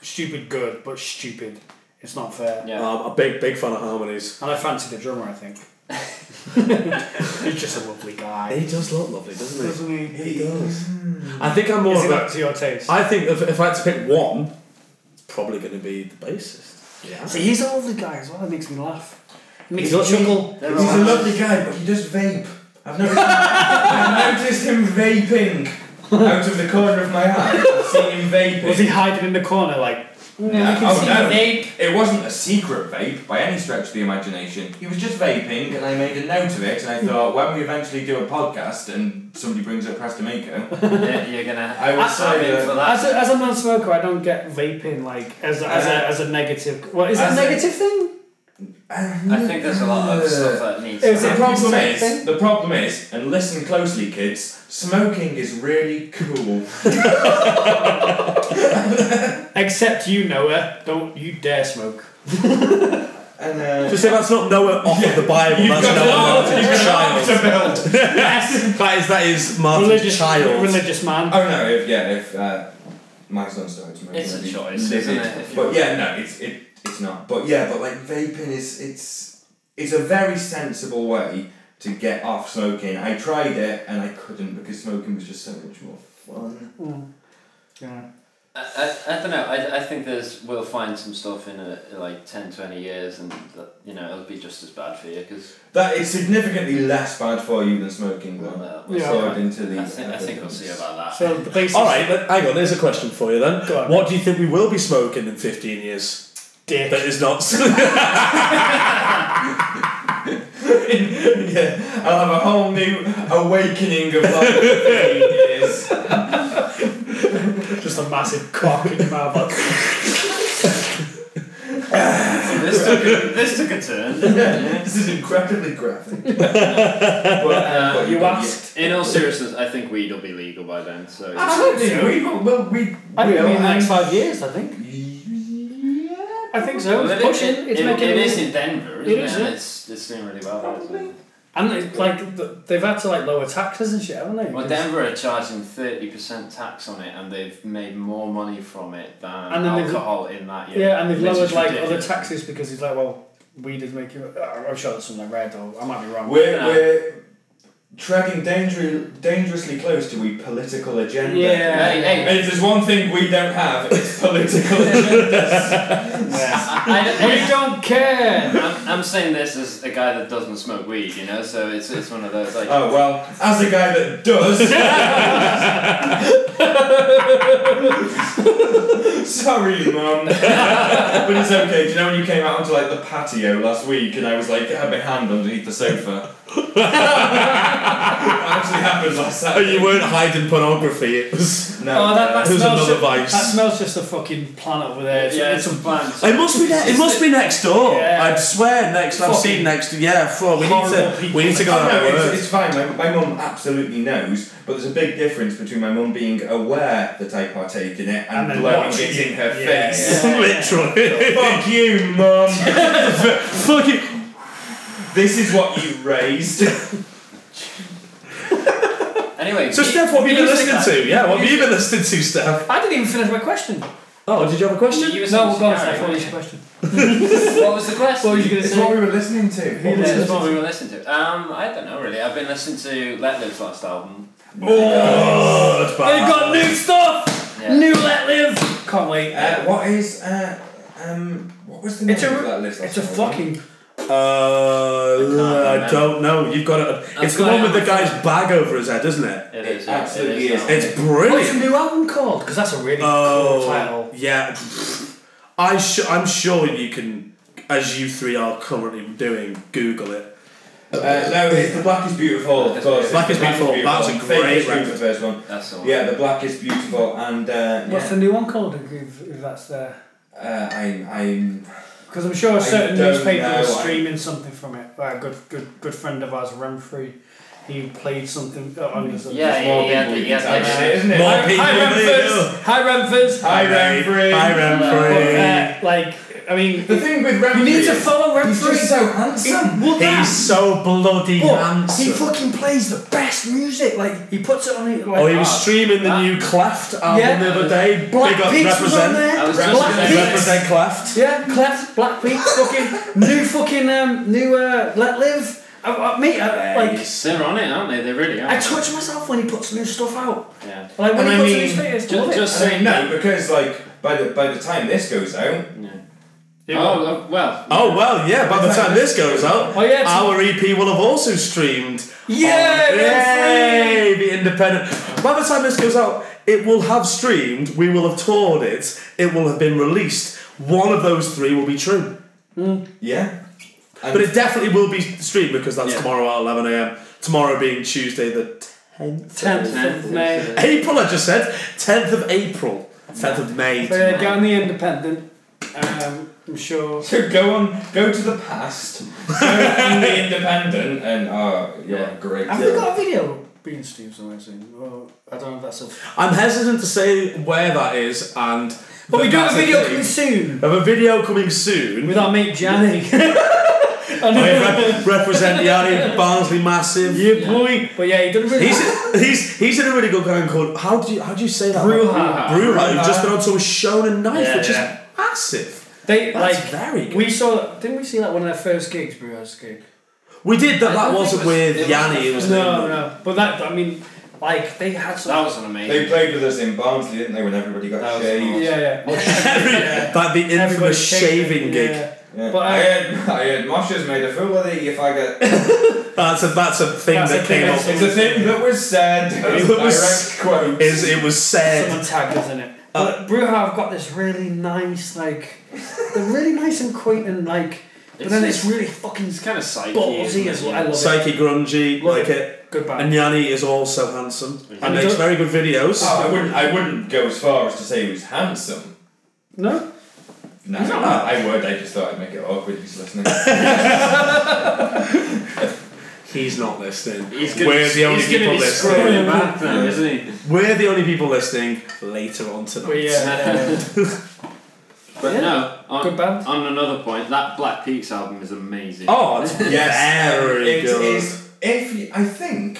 stupid good, but stupid. It's not fair.
yeah.
Um, a big, big fan of harmonies.
And I fancy the drummer. I think he's just a lovely guy,
He does look lovely, doesn't
doesn't he?
he? He does. I think I'm more
Is
of
it
a.
up to your taste?
I think if, if I had to pick one, it's probably going to be the bassist. Yeah.
See, he's a lovely guy as well. That makes me laugh. It makes
He's
me
lovely.
chuckle.
They're
He's
all-
a lovely guy, but he does vape. I've noticed, I've noticed him vaping out of the corner of my eye. I've seen him vaping.
Was he hiding in the corner like? "Mm,
Yeah,
I can
oh,
see
no.
the vape."
It wasn't a secret vape by any stretch of the imagination. He was just vaping, and I made a note of it. And I thought, when we eventually do a podcast and somebody brings up Prestamico,
Yeah, you're gonna.
I would
I'm
say
in
that-
for
As a, as a non-smoker, I don't get vaping like as a, as a, as a negative. Well, is it a
As a-
negative thing?
I think there's a lot of stuff that needs.
Is
to
it
the
happen.
problem
Is it
is, the problem is, and listen closely, kids. Smoking is really cool.
Except you, Noah. Don't you dare smoke.
And uh,
Just say that's not Noah off of the Bible,
you've
that's
got
Noah
an arc-
Martin's
you've got an
child.
arc to build.
Yes.
That is, that is Martin's
religious
child.
Religious man.
Oh no, if, yeah, if uh, my son started smoking,
It's a
I'd be
choice, isn't
livid.
it, if you-
But yeah, no, it's it, it's not. But yeah, but like vaping is it's it's a very sensible way to get off smoking. I tried it and I couldn't because smoking was just so much more fun.
Mm. Yeah.
I, I, I don't know. I, I think there's we'll find some stuff in a, like 10, 20 years, and that, you know it'll be just as bad for you because
That is significantly less bad for you than smoking one.
well,
We're
Yeah.
slide into the
I think I think we'll see about that.
So the basics.
All right, but hang on. There's a question for you then.
Go on.
What do you think we will be smoking in fifteen years?
Dick.
That is not.
yeah, I'll have a whole new awakening of life. it is.
Just a massive cock in your mouth. Like,
this took a, this took a turn.
This is incredibly graphic. but, uh, but
you
but
asked.
In all seriousness, I think weed will be legal by then. So
yeah. Absolutely, we will. Well, we.
I think
will,
in the next
and-
five years, I think.
Yeah.
I think so.
Well,
It's
it-
pushing.
it-
It's
it-
making
it is in Denver, isn't
It
it?
is,
And
yeah.
it's it's doing really well. there, so-
And it's like th- they've had to like lower taxes and shit, haven't they?
Well, Denver are charging thirty percent tax on it, and they've made more money from it than
And then they've-
alcohol in that year.
Yeah, and they've
which is
lowered like other
ridiculous.
taxes because he's like, well, weed is making. uh, I'm sure that's something I read, or I might be wrong.
We're,
Yeah.
we're treading danger- dangerously close to we political agenda.
Yeah.
Hey, hey,
If there's one thing we don't have, it's political agendas.
I,
we don't care.
am I'm saying this as a guy that doesn't smoke weed, you know, so it's, it's one of those like.
Oh well, as a guy that does. Sorry, mum. but it's okay. Do you know when you came out onto like the patio last week and I was like, I had my hand underneath the sofa. that actually happened last Saturday.
Oh, you weren't hiding pornography. It was.
No. uh,
oh, that, that
There's
smells
another
just,
vice.
That smells just a fucking plant over there. It's,
yeah,
it's
some
a
plants.
It must be. Ne- it must be next door.
Yeah.
I'd swear next. I've
Fucking
seen next. Yeah, for we need
horrible
to.
people.
We need to go
Oh,
out
no,
of
it's,
work.
it's fine. My, my mum absolutely knows, but there's a big difference between my mum being aware that I partake in it and,
And then
blowing
watching
it
you.
in her
Yeah,
face.
Literally.
Fuck you, mum.
Fuck it.
this is what you raised.
Anyway,
So,
weed-
Steph, what have you been
Music
listening
then.
to? Yeah, what have you been listening to, Steph?
I didn't even finish my question.
Oh, did you have a question?
you were
No,
saying
we're going
Sierra,
to
weren't
finish
you?
your question.
What was the question?
What were you going to
it's what
say?
we were listening to.
Yeah,
What was
that's
it?
what we were listening to. Um, I don't know really. I've been listening to Let Live's last album.
Oh, that's bad.
They've got new stuff.
Yeah.
New Let Live. Can't wait.
Uh, what is uh, um? What was the name
It's
of
a-
that list?
it's a fucking.
Uh, I,
remember.
don't know. You've got it. It's the
got
one
it
with the
on
guy's bag over his head, isn't it?
It
It is. yeah,
absolutely
it
is.
now.
It's
What's the
brilliant.
new album called? Because that's a really cool
Oh,
title.
yeah. I sh- I'm sure you can, as you three are currently doing, Google it.
Uh, no, it's the Black is Beautiful. Of course,
Black is
The
Beautiful, that's a
Fake
great
is Beautiful,
record.
first one.
That's the one.
Yeah, the Black is Beautiful, and uh,
What's
yeah.
the new one called? If, if that's there.
uh, I'm I'm
Because I'm sure a
I
certain
don't
newspaper
know,
was
I-
streaming something from it. Uh, a good, good, good friend of ours, Renfrew, he played something uh, on his.
Yeah,
There's more
yeah, yeah,
people you
yeah,
can
yeah.
tag in it, isn't it?
More
Hi,
people
hi
than you
Renfrews! Hi Renfrews!
Hi, Renfrew.
Hi, Renfrew.
Uh, like, I mean,
The thing with Renfrew.
you need to follow
He's
Renfrew.
just so handsome.
Well, that-
He's so bloody
but
handsome.
he fucking plays the best music. Like he puts it on. it, Like,
oh, he was
ah.
streaming the new Cleft album
Yeah.
the other day.
Black
Big up
Peaks was on
represent.
I
there.
was just
Black
gonna-
Peaks.
Represent Cleft.
Yeah, Clef, Black Peaks, fucking new fucking um, new uh, Let Live. I, I, mate, I, like
They're on it, aren't they? They really are.
I touch myself when he puts new stuff out.
Yeah.
Like when
And
he
I
puts
mean,
new status,
ju-
love it.
just-
I mean, no, because like by the by the time this goes out,
Oh, oh, well.
Oh well, yeah. By the time this goes out,
Oh, yeah, it's-
our EP will have also streamed.
Yeah,
on- E
Renfrew!
yay, be independent. By the time this goes out, it will have streamed. We will have toured it. It will have been released. One of those three will be true,
yeah.
but it definitely will be streamed because that's
Yeah.
tomorrow at eleven a.m. Tomorrow being Tuesday, the tenth,
Tenth of May.
April. I just said tenth of April, tenth of May.
So yeah, get Uh, on the Independent. Um, I'm sure.
So go on, go to the past, go on the independent, and oh, you're a great.
Have
deal.
we got a video being Steve somewhere soon? Well, I don't know if that's a.
I'm hesitant to say where that is, and
But we do have
that's
a video
thing.
coming soon
Of a video coming soon.
with our mate Johnny.
Re- represent the audience, Barnsley Massive.
yeah, boy. But yeah, he done really.
He's he's he's in a really good band called how do you how do you say that?
Bruja.
Bruja. Who've just been on tour with Shonen Knife,
Yeah,
which
yeah.
is massive.
they
That's
like
very good.
we saw. Didn't we see that one of their first gigs, Brewers gig?
We did that.
I
That
don't
wasn't
think it was-
with
it
Um,
Yanni. It was
was-
the-
No, no. But that I mean, Like they had some.
That was an amazing.
They played with us in Barnsley, didn't they? When everybody got
That was
shaved.
awesome.
yeah, yeah.
But the
Everybody
infamous shaving
shaking,
gig.
yeah.
Yeah.
But,
I
uh,
heard, I heard Moshe's made a fool of thee if I get.
That's a that's a thing
That's
that
a thing
came
that's-
up.
It's a thing that was said.
It was-
direct quote.
Is it was said.
Someone tagged us in it. But Bruja have got this really nice, like, they're really nice and quaint and like, but
It's
then
just-
it's really fucking
It's kind of psyche.
ballsy
isn't
as
it?
well. I love it.
Psyche grungy,
Love
like
it.
it.
Good band.
And Yanni is also handsome and
And
makes
don't-
very good videos.
Oh, I wouldn't. I wouldn't go as far as to say he was handsome.
no,
No,
He's not
I would. I just thought I'd make it awkward. He's listening.
He's not listening.
He's gonna
We're
be,
the only
he's gonna
people
be
listening.
scrolling back then, isn't he?
We're the only people listening later on tonight.
but yeah,
But
Yeah.
no,
uh,
on,
good band.
on another point, that Black Peaks album is amazing.
Oh, it's
yes,
very
it
good.
is- If you, I think,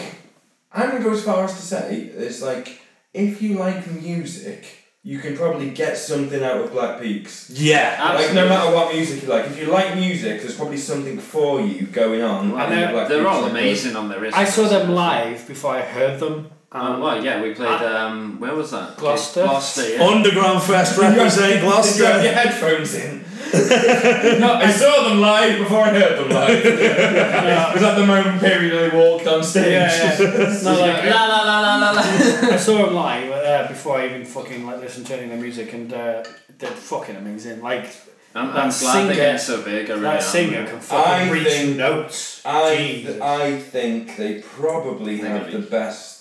I'm gonna go as far as to say it's like if you like music, you can probably get something out of Black Peaks.
Yeah.
Like no
Absolutely.
matter what music you like, if you like music, there's probably something for you going on.
Well,
in
they're-
Black
They're
Peaks
all
records.
amazing on their
I saw them live before I heard them.
Um,
Um,
well, yeah, we played. Um, where was that?
Gloucester. Oh,
Gloucester, yeah.
Underground Fest
You got-
represent
You got
Gloucester.
your headphones in. no, I saw them live before I heard them live. It was at the moment period I walked on stage.
yeah, yeah. no, like,
la la la la la la.
I saw them live uh, before I even fucking like listened to any of their music, and uh, they're fucking amazing. Like
I'm, I'm
That
glad
singer-
they're getting so big. I really am.
that singer can
I
fucking reach
think-
notes.
I,
Jesus.
I think they probably
They're
have
gonna
the
be-
best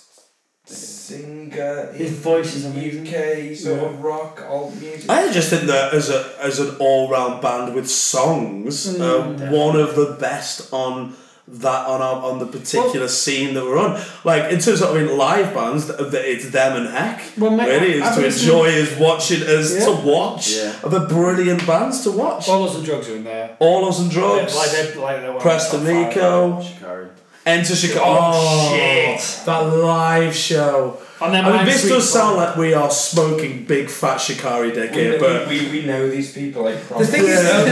singer
His
in
voice is amazing.
UK sort of rock alt music.
I just think that as a as an all round band with
Mm,
songs, uh, one of the best on that on our, on the particular scene that we're on. Like in terms of I mean live bands, th- th- it's them and heck.
Well, mate,
really, is
I've
to
listened-
enjoy, is watching, is
Yeah.
to watch.
Yeah.
Of the brilliant bands to watch.
All those drugs are in there.
All us and
They're-
drugs.
Like they're like they're one of the
Preston
top five.
Nico,
Shikari.
Enter Chicago.
Oh, shit.
That live show.
And then
I mean,
Lime
this
Sweet
does
Farm.
sound like we are smoking big fat Shikari dick
we,
here, but
we, we know these people, I
The
promise.
thing is,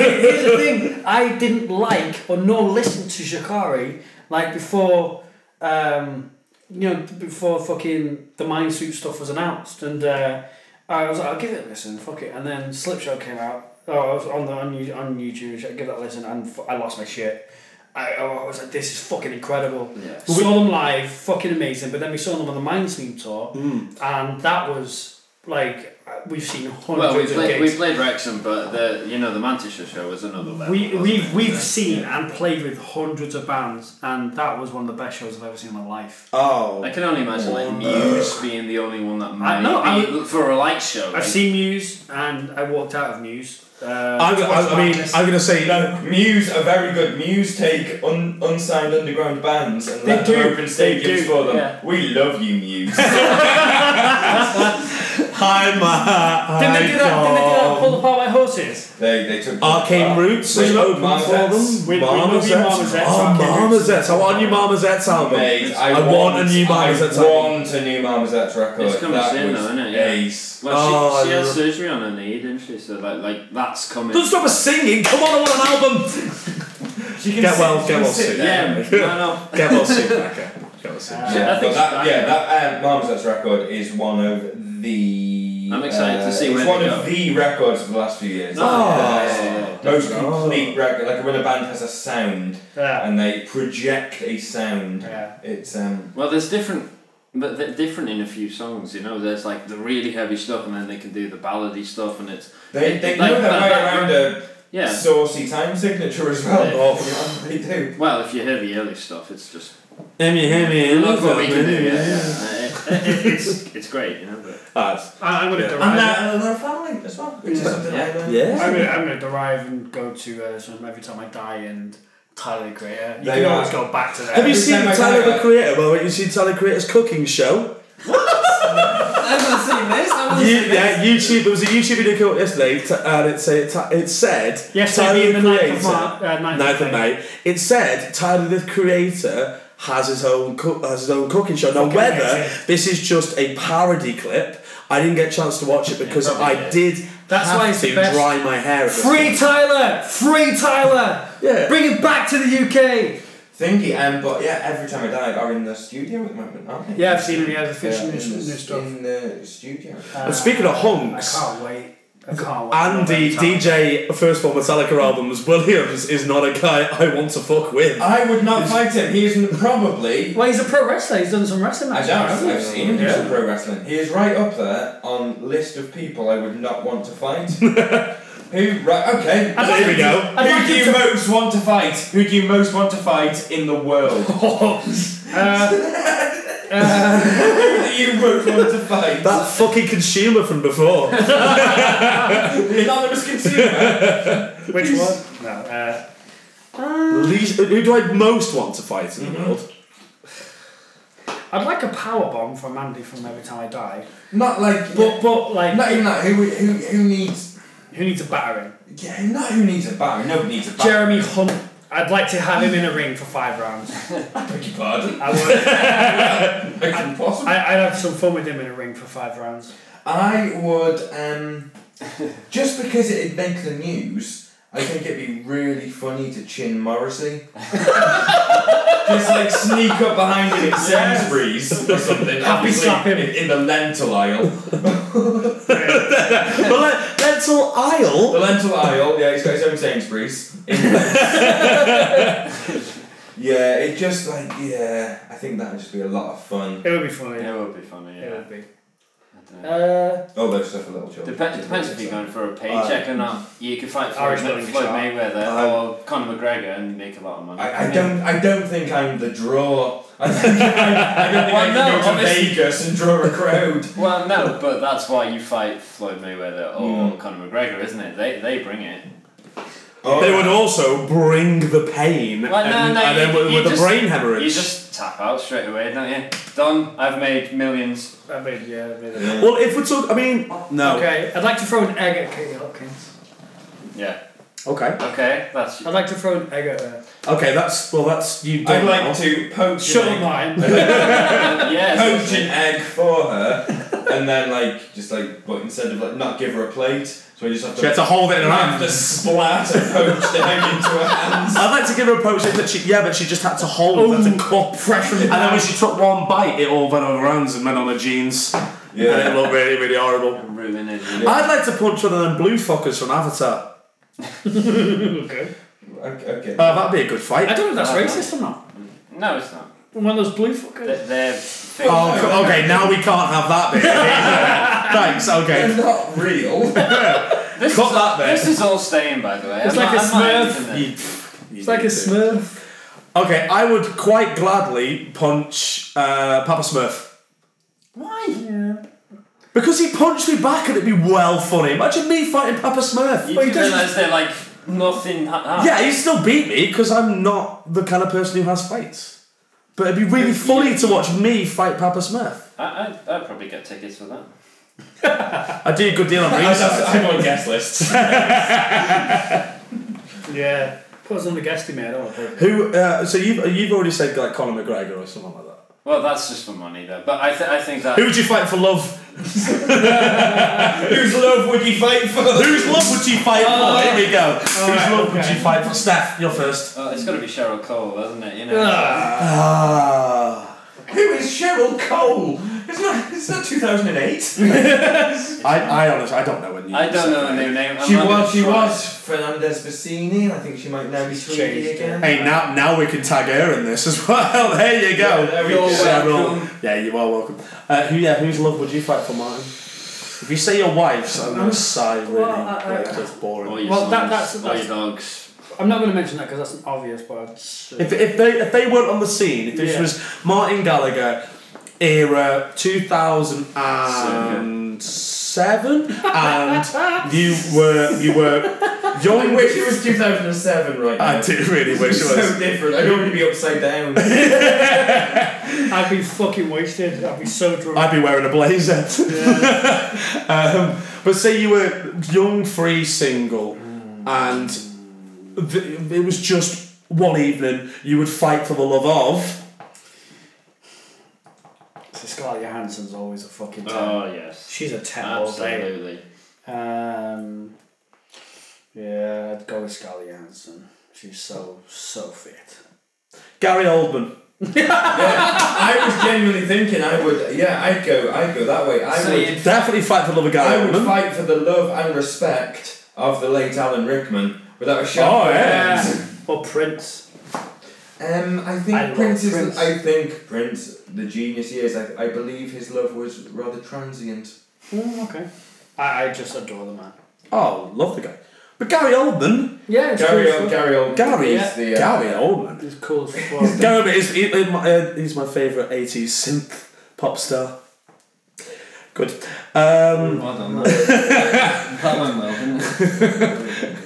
here's the thing. I didn't like or nor listen to Shikari like before, um, you know, before fucking the Minesweep stuff was announced, and uh, I was like, I'll give it a listen, fuck it, and then Slipshot came out. Oh, I was on the on, You- on YouTube, and shit, I give that a listen, and fu- I lost my shit. I, I was like, this is fucking incredible.
Yeah.
Saw them live, fucking amazing. But then we saw them on the Minesweep tour,
Mm.
and that was like uh, we've seen hundreds
Well, we
of
played,
gigs.
we played Wrexham, but the you know the Manchester show was another level.
We,
wasn't
we've,
it?
we've
Yeah.
seen and played with hundreds of bands, and that was one of the best shows I've ever seen in my life.
oh,
I can only imagine like Muse being the only one that
I-
might
no, I
be, for a light show. like-
I've seen Muse, and I walked out of Muse. Uh,
I'm,
to
I,
watch
I mean,
Madness.
I'm gonna say
No, Muse are very good. Muse take un- unsigned underground bands and
They
let
do,
them open
they
stadiums
do,
for them.
yeah.
We love you, Muse.
hi, ma.
didn't they do that? Didn't they do that? Pull apart my horses.
they they took
Arcane
uh,
Roots
we
is
love
open for
Marmosettes.
them.
We- we love you,
Marmosettes.
Marmosettes,
Oh,
Arcane Roots.
Marmosettes. I want a new Marmosettes album.
Mate, I,
I want a new
I
Marmosettes album.
want a new Marmosettes record.
It's coming
that
soon
was
though, isn't it? Yeah.
Ace.
Well,
Oh,
she, she
I
had
love-
surgery on her knee, didn't she? So like, like that's coming.
Don't stop us singing. Come on, I want an album.
She can
Get
sit-
well,
she
get
can
well
sit
soon.
there.
yeah, no, no.
Get well soon, Becca. Get well soon.
Yeah,
Yeah,
I
but
think
that,
so.
yeah, that um, Marmosette's record is one of the.
I'm excited to
uh,
see
It's
where
one
they
of
go.
the records of the last few years.
Oh.
Like, the
Yeah.
Most
Oh.
complete record, like when a band has a sound
Yeah.
and they project a sound.
Yeah.
It's um.
Well, there's different, but they're different in a few songs. You know, there's like the really heavy stuff, and then they can do the ballady stuff, and it's
They, they
Like,
know their
that-
way
that-
around a
yeah.
saucy time signature as well.
Yeah.
Oh, they do.
Well, if you hear the early stuff, it's just
Emmy, Emmy,
look what we can do. Yeah, yeah. Uh, it- it- it's it's great, you know. But
I, I'm gonna
Yeah.
derive.
and their family as well, which
Yeah.
I learned.
Yeah.
I'm gonna, I'm gonna derive and go to uh, some every time I die and Tyler the Creator. You
They
can
are-
always go back to that.
Have you
Every
seen
time I
Tyler
go
the
out-
Creator? Well, you seen Tyler the Creator's cooking show?
I haven't seen this. I
You, yeah, YouTube. There was a YouTube video came up yesterday, t- and it said it said
Yes,
Tyler
maybe in
the
the ninth
Creator.
of March. Uh, ninth
Ninth of
May.
May. It said Tyler the Creator has his own cook has his own cooking show. Now
Fucking
whether
amazing.
this is just a parody clip, I didn't get a chance to watch it because
probably
I
did.
did
That's
have
why it's
to
the best.
dry my hair. at this
Free
point.
Tyler! Free Tyler!
Yeah.
Bring it back to the UK!
thingy. Um, but yeah, every time I die, are in the studio at the moment, aren't they?
Yeah, I've seen him. He has a
Yeah,
fish in
in,
his
the,
in his stuff.
in the studio.
Uh,
And speaking of
I
honks,
can't wait. I can't wait.
Andy DJ first four Metallica albums, Williams is not a guy I want to fuck with.
I would not fight him. He is n- probably.
Well, he's a pro wrestler. He's done some wrestling
I
matches.
don't know. I've seen him do some
Yeah.
pro wrestling. He is right up there on list of people I would not want to fight. Who? Right. Okay.
I'd
So
like
here we
him to-
go.
I'd like
Who do you
him to-
most want to fight? Who do you most want to fight in the world? Who
Uh, uh,
do you most want to fight?
That fucking consumer from before.
The anonymous consumer.
which one? No. Uh,
Least, who do I most want to fight in the world?
I'd like a power bomb from Andy from Every Time I Die.
not like.
But but like,
not even that. Who, who, who needs?
who needs a battering?
Yeah, not who needs a batter. Nobody needs a batter.
Jeremy Hunt. I'd like to have him in a ring for five rounds.
Beg your pardon.
I would.
I couldn't possibly.
I, I'd have some fun with him in a ring for five rounds.
I would, um, just because it'd make the news, I think it'd be really funny to chin Morrissey. just like sneak up behind him in Sainsbury's or something. obviously,
slap him.
In, in the lentil aisle.
but let, let's all
The
aisle.
lentil aisle, yeah, he's got his own Sainsbury's. in Leeds. yeah, it just like, yeah, I think that would just be a lot of fun.
It would be funny.
It would be funny,
It
yeah.
would be.
I don't know.
Uh,
Although stuff Oh, a little children.
Depends, depends if you're going for a paycheck or not. You could fight Floyd,
Irish
Ma-
Bully
Floyd
Shark.
Mayweather
Uh,
or Conor McGregor and make a lot of money.
I, I don't I don't think I'm the draw. I think I, I don't think I
Well,
can
no,
go to
obviously-
Vegas and draw a crowd.
Well, no, but that's why you fight Floyd Mayweather or
Mm.
Conor McGregor, isn't it? They they bring it.
They would also bring the pain
Well, no,
and,
no,
and
you-
then with,
you
with
just-
the brain
You
hemorrhage.
just tap out straight away, don't you? Done. I've made millions.
I mean, yeah. I mean,
well, if we're talking, I mean, no.
Okay, I'd like to throw an egg at Katie Hopkins.
Yeah.
Okay.
Okay. That's.
I'd like to throw an egg at her.
Okay, that's well, that's you.
I'd
done now.
like to poach
Shut
an
up,
egg,
mine.
yes.
poach an egg for her, and then like just like but instead of like not give her a plate, so we just have to
She had to hold it in her
have to
hand.
splat a poached egg into her hands.
I'd like to give her a potion, but she yeah, but she just had to hold
Oh,
that to cup.
pressure
And then when she took one bite, it all went on her hands and went on her jeans. And it looked really, really horrible.
Ruin it.
I'd like to punch one of them blue fuckers from Avatar.
Okay.
Okay. okay.
Uh, that'd be a good
I
fight.
don't know if that's
Uh,
racist or not.
No, it's not.
One of those blue fuckers.
They're, they're fake.
Oh, co- okay, now we can't have that bit. Thanks,
They're
okay.
not real.
this
cut
is,
that bit.
This is all staying, by the way.
It's
I'm
like a
not, I'm not
Smurf.
editing this.
You-
It's like a Smurf.
Okay, I would quite gladly punch uh, Papa Smurf.
Why?
Yeah.
Because he punched me back and it'd be well funny. Imagine me fighting Papa Smurf.
You
Well, he
do
doesn't-
realise they're like nothing. Ha- ha.
Yeah, he'd still beat me because I'm not the kind of person who has fights. But it'd be really funny to watch me fight Papa Smurf.
I, I, I'd probably get tickets for that.
I do a good deal on
I'd,
research.
have- I'd go on guest lists.
Yeah. Put us on the guesty, mate. I don't want to play.
Who? Uh, so you've you've already said like Conor McGregor or someone like that.
Well, that's just for money, though. But I, th- I think that.
Who would you fight for love?
Whose love would you fight for?
Whose love would you fight
Oh.
for? Here we go. Whose
right,
love would
okay.
you fight for? Steph, you're first.
Oh, it's got to be Cheryl Cole, hasn't it? You know.
Ah.
Ah.
Who is Cheryl Cole? It's not. It's not two thousand and eight.
I, I honestly I don't know when you.
I don't know her new name. I'm
She
not
was. She
gonna try.
was Fernandez Bassini. I think she might now be
She's
Tweedy
changed,
again.
Hey, now now we can tag her in this as well. There you go.
Yeah, there we
You're
go.
welcome. Yeah, you are welcome. Uh, who? Yeah, whose love would you fight for, Martin? If you say your wife's, I'm gonna sigh really.
Well, I- I-
Uh,
like, that's boring.
All your
Well, that-
sons,
that's-
all your
that's-
dogs.
I'm not going to mention that because that's an obvious, but. I'd say-
If, if they if they weren't on the scene, if this
Yeah.
was Martin Gallagher era two thousand and seven, and you were you were
I
young.
wish it was 2007 right now.
I do really wish it
so
was.
different. I'd already be upside down.
I'd be fucking wasted. I'd be so drunk.
I'd be wearing a blazer. um, but say you were young, free, single, and th- it was just one evening you would fight for the love of.
So Scarlett Johansson's always a fucking 10.
Oh yes.
She's a 10 all day.
Absolutely.
Um, yeah, I'd go with Scarlett Johansson. She's so, so fit.
Gary Oldman.
I was genuinely thinking I would. Yeah, I'd go. I'd go that way. I
So
would.
you'd-
Definitely fight for love of Gary
I would
Oldman.
fight for the love and respect of the late Alan Rickman without a shadow.
Oh,
of a
yeah.
doubt.
Or Prince.
Um, I think
I love
Prince is.
Prince.
I think Prince, the genius he is. I, I believe his love was rather transient.
Mm, okay. I, I just adore the man.
Oh, love the guy. But Gary Oldman,
Yeah, it's
Gary,
cool.
Old, Gary, Old,
Gary,
is the. Uh,
Gary Oldman.
It's cool as fuck.
Gary Oldman is he, he- my- uh, he's my favorite '80s synth pop star. Good. Um,
Well done, Mel. that went well, didn't it?
can,
Didn't-
edit-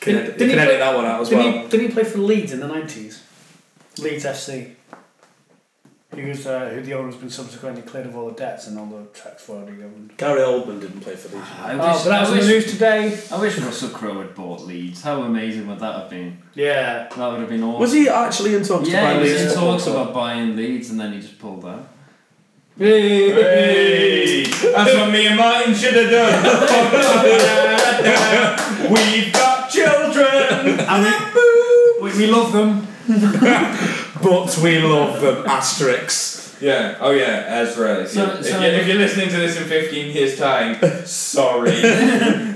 didn't
you can
he
edit
play-
that one out as
didn't,
well.
he, didn't he play for Leeds in the 90s? Leeds FC. He was uh, who the owner has been subsequently cleared of all the debts and all the tax fraud he owned.
Gary Oldman didn't play for Leeds.
I
Oh,
wish,
but that was
I,
in the
wish,
news today.
I wish Russell Crowe had bought Leeds. How amazing would that have been?
Yeah.
That would have been awesome.
Was he actually in talks
yeah,
to buy
he was
Leeds
in
Football
talks
Club?
about buying Leeds and then he just pulled out.
Hey, that's what me and Martin should have done. We've got children.
We, we love them.
But we love them. Asterix.
Yeah. Oh yeah, Ezra. If,
So-
you,
so-
if, you, if you're listening to this in 15 years' time, sorry,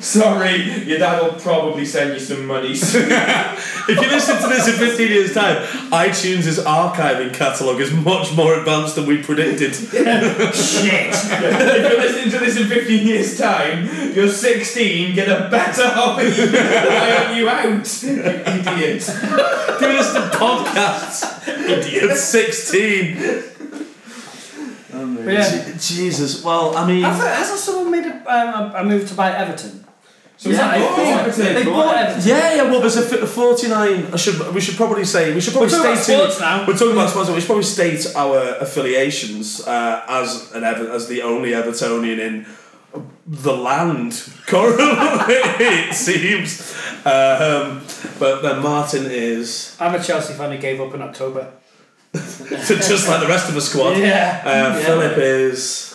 sorry, your dad will probably send you some money soon.
If you listen to this in 15 years' time, iTunes' archiving catalogue is much more advanced than we predicted.
Shit.
if you're listening to this in 15 years' time, you're 16. Get a better hobby. I own you out, you idiot.
Give us the podcast. Idiot. 16.
But yeah.
Jesus. Well, I mean.
Has, has someone made a, um, a, a move to buy Everton?
So was
Yeah,
that
I
your
think-
property?
They
bought
bought
it.
Everton.
Yeah, yeah. Well, there's a fi- 49. I should. We should probably say. We should probably
We're talking
state.
about sports now.
We're talking about sports. We should probably state our affiliations uh, as an Ever- as the only Evertonian in the land currently. it seems. Um, but then Martin is
I'm a Chelsea fan who gave up in October.
so just like the rest of the squad.
Yeah.
Uh, Philip is.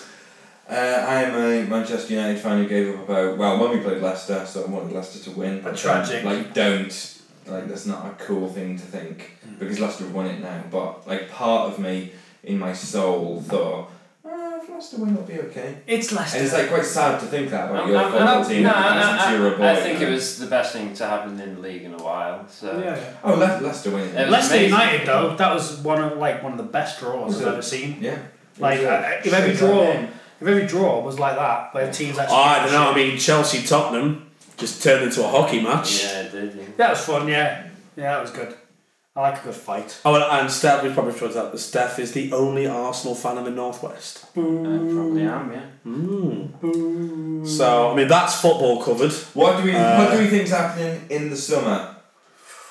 Uh, I'm a Manchester United fan who gave up about well when we played Leicester, so I wanted Leicester to win. But
tragic.
Like don't like that's not a cool thing to think because Leicester have won it now. But like part of me in my soul thought, oh, if Leicester win, it'll be okay.
It's Leicester.
And it's like quite sad to think that about
I'm-
your
I'm-
football
I'm-
team.
no,
because
I-
it's your
I, I
boy.
think it was the best thing to happen in the league in a while. So
yeah.
Oh, Le- Leicester winning.
Yeah.
Leicester
amazing.
United though, that was one of like one of the best draws
Was
I've
it?
ever seen.
Yeah.
Like uh, if every
Straight
draw,
up in.
if every draw was like that, where teams
Oh,
actually.
I don't know. I mean, Chelsea Tottenham just turned into a hockey match.
yeah, it did. yeah.
That was fun. Yeah, yeah, that was good. I like a good fight.
Oh, and, and Steph, we probably should that. Steph is the only Arsenal fan in the northwest.
I probably am. Yeah.
Hmm.
So I mean that's football covered.
What do we What do we think's happening in the summer?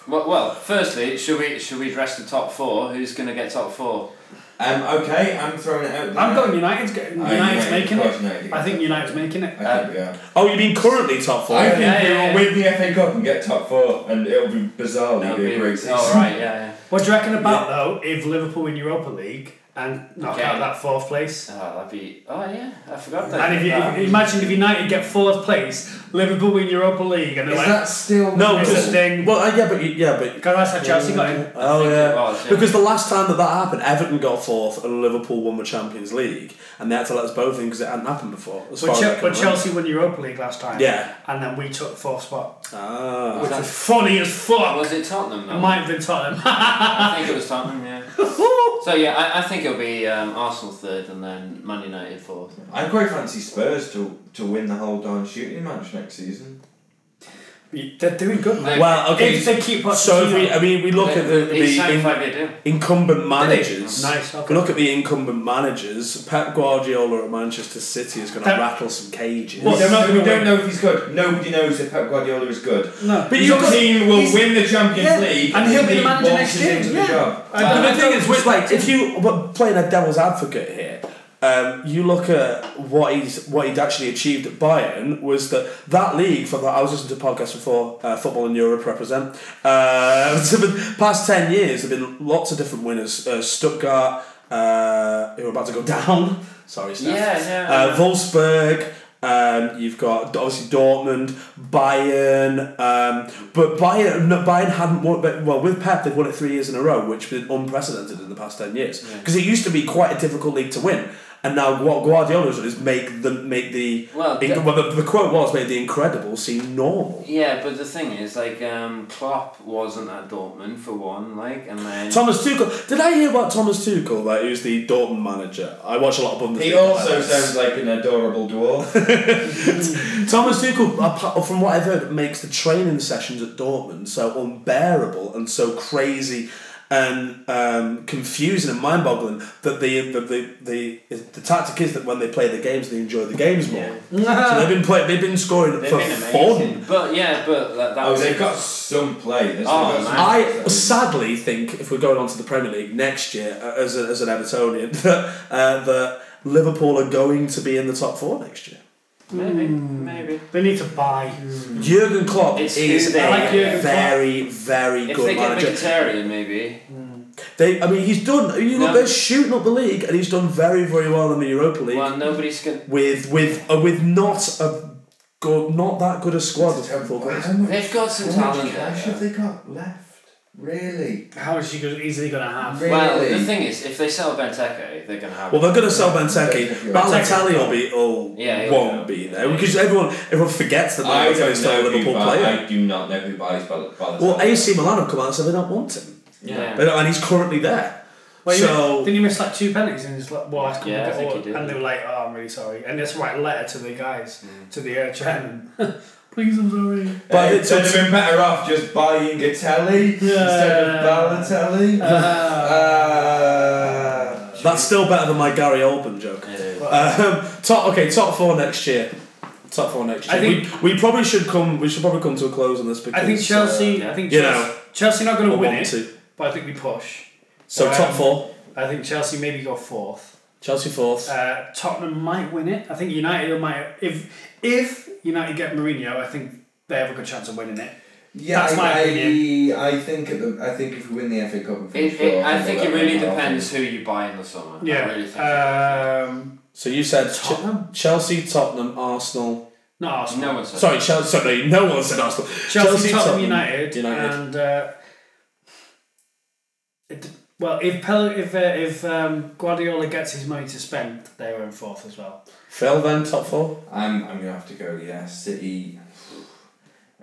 Well, well, firstly, should we should we address the top four? Who's going to get top four?
Um. Okay, I'm throwing it out.
I'm
there.
going United's getting
Uh,
United's
United,
making
of course,
it.
United.
I think United's making it.
I think we are.
Oh, you mean currently top four?
I think
Yeah,
we
yeah,
will win Um, the FA Cup and get top four, and it'll be bizarrely
That'd
be a great
be-
season.
oh, right, yeah,
What do you reckon about though if Liverpool win Europa League and knock
Okay.
out that fourth place?
yeah. Oh, that'd be. Oh yeah, I forgot that.
And if you if, imagine if United get fourth place, Liverpool win Europa League, and
Is
they're like,
that still
no,
It's
because
a thing.
well, uh, yeah, but you- yeah, but
"God, that's how Chelsea got in."
oh
think it
yeah.
was, yeah.
because the last time that that happened, Everton got fourth and Liverpool won the Champions League, and they had to let us both in because it hadn't happened before. As
But,
far as I
Chel-
can
but
remember.
Chelsea won Europa League last time.
Yeah.
And then we took fourth spot.
Ah.
Was
Which
that-
was funny as fuck.
Oh, was it Tottenham?
It
Though?
might have been Tottenham.
I think it was Tottenham. Yeah. So yeah, I, I think it'll be um, Arsenal third and then Man United fourth.
I quite fancy Spurs to to win the whole darn shooting match next season.
They're doing good, man.
Well, okay.
If they keep Pochettino.
so if we, I mean, we look at the,
It
the
sounds
in-
like they do.
incumbent managers.
Nice, okay.
If we look at the incumbent managers. Pep Guardiola at Manchester City is going to
That-
rattle some cages.
Well,
we don't,
they're not
know, we
gonna
don't
win.
know if he's good. Nobody knows if Pep Guardiola is good.
no.
But
Your
you've got-
team will
he's-
win the Champions
yeah,
League,
and he'll be the
he
manager next
waltzes
year,
into
yeah.
Uh, The job.
I
But
don't
the thing
know.
is, with like, if you but playing a devil's advocate here, um, you look at what he's what he'd actually achieved at Bayern was that that league for that I was listening to a podcast before uh, football in Europe represent. Uh, so the past ten years, there've been lots of different winners. Uh, Stuttgart, uh, who are about to go down. Sorry, Steph.
Yeah, yeah.
Uh, Wolfsburg. Um, you've got obviously Dortmund, Bayern, um, but Bayern, no, Bayern hadn't won. But well, with Pep, they've won it three years in a row, which has been unprecedented in the past ten years. Because it used to be quite a difficult league to win, and now what Guardiola's done is make the make the
Well,
inc-
the-
well the, the quote was made the incredible seem normal.
Yeah, but the thing is, like, um, Klopp wasn't at Dortmund for one, like, and then
Thomas Tuchel. Did I hear about Thomas Tuchel? Like, who's the Dortmund manager? I watch a lot of Bundesliga.
He also
highlights.
sounds like an adorable dwarf.
Thomas Tuchel, apart oh, from what I've heard, makes the training sessions at Dortmund so unbearable and so crazy and um, confusing and mind-boggling that the the, the, the the tactic is that when they play the games, they enjoy the games more. so they've been play, they've been scoring
they've
for
been amazing.
fun.
But yeah, but that, that
oh,
was
they've got some players.
Oh,
They've got some-
I sadly think if we're going on to the Premier League next year uh, as, a, as an Evertonian that uh, that Liverpool are going to be in the top four next year.
maybe, maybe.
They need to buy. hmm,
Jurgen Klopp
It's
is
who they
a
I like Jurgen Klopp.
very very
If
good
they get
manager.
Mkhitaryan, maybe.
They, I mean, he's done. You look,
No.
they're shooting up the league, and he's done very, very well in the Europa League
Well, nobody's gonna.
with with uh, with not a good, not that good a squad of ten full goals.
How much-
They've got some
how much
talent
cash
there.
have they got left? Really?
How is she go- easily going to have?
Really?
Well, the thing is, if they sell Benteke, they're gonna have.
Well, they're going to sell Benteke. Balotelli will be oh
Yeah, he'll
won't
go.
be there because everyone everyone forgets that Balotelli's still a Liverpool
buy-
player.
I do not know who buys Bal- Balotelli.
Well, AC Milan have come out and said they don't want him,
yeah.
They don't- and he's currently there.
Well,
So-
you, didn't you miss like two penalties and it's like, well, I couldn't
Yeah, I
get
think
all-
you did.
And they were like, oh, I'm really sorry. And just write a letter to the guys,
Hmm.
to the uh, chairman. Please, I'm sorry.
But
Hey,
it's
they'd have been better off just buying a telly instead
Yeah.
of Balotelli. Uh,
That's still better than my Gary Oldman joke.
It is.
Um, top okay, top four next year. Top four next year.
I
we, we probably should come. We should probably come to a close on this because
I think Chelsea,
uh,
I think
you
Chelsea,
know,
Chelsea not going
uh,
to
I
win
want
it,
to.
but I think we push.
So
Um,
top four.
I think Chelsea maybe go fourth.
Chelsea fourth.
Uh, Tottenham might win it. I think United might. If if United get Mourinho, I think they have a good chance of winning it.
yeah,
That's
I,
my
I, I think at the, I think if we win the FA Cup, and finish
It, it,
fourth,
I
we'll
think
let
it really
them out.
depends who you buy in the summer.
Yeah. uh,
I really think.
um,
so you said Ch-
Tottenham?
Chelsea, Tottenham, Arsenal.
not Arsenal.
no one said.
Sorry, Chelsea. Sorry, no one said Arsenal.
Chelsea, Tottenham, United,
United.
and uh, it, well, if Pel- if uh, if um, Guardiola gets his money to spend, they were in fourth as well.
Phil then top four.
I'm, I'm gonna have to go. Yeah, City.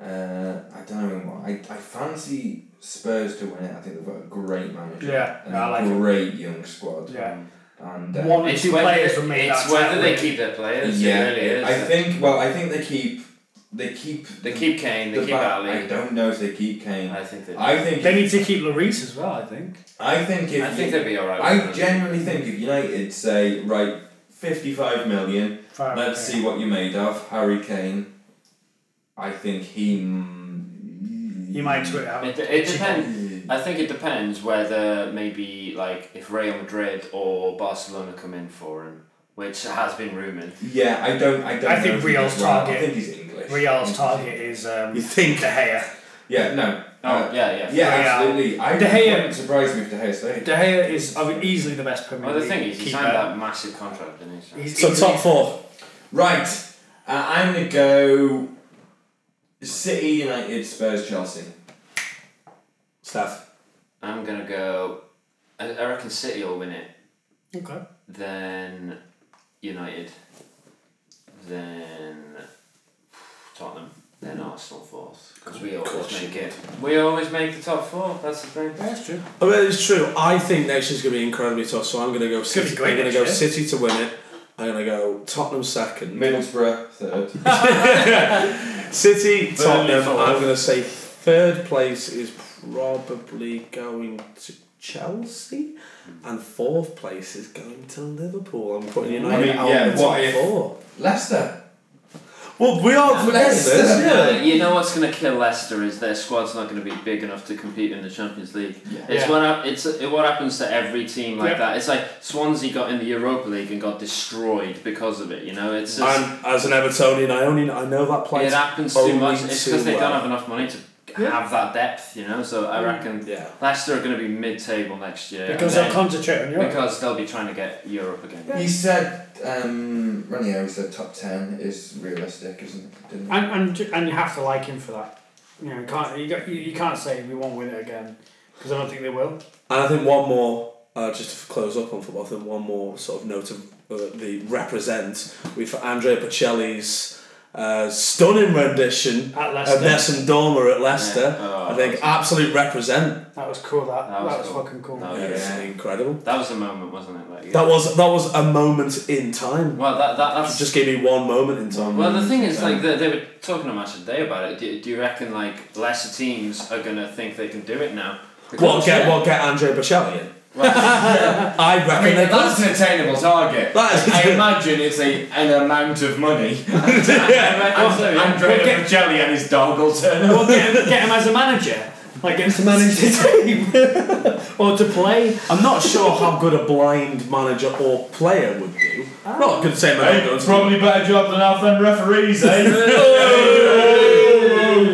Uh, I don't know. I, I fancy Spurs to win it. I think they've got a great manager.
Yeah,
and
I like
a
it.
great young squad.
Yeah.
and uh,
One or
It's
two players
whether,
from me.
it's whether they keep their players.
yeah,
It really is.
I think. Well, I think they keep. They keep.
they keep Kane. They
the
keep
back-
Ali.
I don't know if they keep Kane.
I think they.
I think.
They need to keep Lloris as well. I think.
I think if.
I think
you,
they'd be alright.
I genuinely think if United say right, fifty-five million.
Fine,
Let's
okay.
see what you're made of, Harry Kane. I think he. He
You might tweet have
It,
a
it depends. I think it depends whether maybe like if Real Madrid or Barcelona come in for him, which has been rumoured.
Yeah, I don't. I don't.
I
know
think
if he's
Real's
well. I
target-
think he's English.
Real's target is um,
You think?
De Gea.
Yeah. No.
Oh
Uh,
yeah, yeah.
yeah,
Real.
absolutely. I
De Gea-
wouldn't surprise me if De Gea stayed.
De Gea is I mean, easily the best Premier
Well, the
League
thing is, he
keeper.
signed that massive contract, didn't he? so-
He's
So
easily-
top four.
Right. Uh, I'm gonna go. City, United, Spurs, Chelsea.
Steph.
I'm gonna go. I, I reckon City will win it.
Okay.
Then United. Then Tottenham. Then Arsenal fourth. Because we always make it. We always make the top four. That's the thing.
That's true.
I mean, it's true. I think next year's going to be incredibly tough. So I'm going to go.
gonna be
City.
great
I'm going to
next
go
year.
City to win it. I'm going to go Tottenham second.
Middlesbrough, third.
City, Tottenham.
fourth.
I'm going to say third place is probably going to Chelsea, and fourth place is going to Liverpool. I'm putting United
I mean,
out
yeah,
in the
what
top
if-
four.
Leicester.
Well, we are
Leicester.
Leicester's,
Uh,
yeah.
you know what's going to kill Leicester is their squad's not going to be big enough to compete in the Champions League.
Yeah.
It's
Yeah.
what hap- it's uh, what happens to every team like
Yep.
that. It's like Swansea got in the Europa League and got destroyed because of it. You know, it's just,
And as an Evertonian, I only I know that
it
place.
happens
only
too much. It's
too
because they
well.
don't have enough money to
uh, Yeah.
have that depth, you know. So I reckon
Yeah.
Leicester are going to be mid-table next year and
because
then-
they'll concentrate on Europe.
because they'll be trying to get Europe again.
You said, um, Ranieri said top 10 is realistic, isn't it? Didn't he?
And, and, ju- and you have to like him for that. You know, you can't you, got- you, you can't say we won't win it again because I don't think they will.
And I think one more, uh, just to close up on football, I think one more sort of note of uh, the represent, we've Andrea Bocelli's uh, stunning rendition
At
of
Leicester,
Nessun Dorma at Leicester.
Yeah. Oh,
I think absolute represent.
that was cool. That
That
that
was
was,
cool.
fucking cool.
That
That was
Yeah.
incredible.
That was the moment, wasn't it? Like, yeah.
That was that was a moment in time.
well, that, that that's
It Just gave me one moment in time.
Well,
Mm.
the thing is, like, they, they were talking a match today about it. Do, do you reckon, like, lesser teams are going to think they can do it now?
What get what get Andrea Bocelli in? I reckon
I mean,
they
that's an attainable target.
That is-
I imagine it's a, an amount of money.
Also, yeah.
Andrea
We'll get-
Bocelli and his dog will turn up.
Well, get, him, get him as a manager, like get him to manage the team or to play.
I'm not sure how good a blind manager or player would do. I'm not going to say my own guns.
probably better job than half them referees, eh?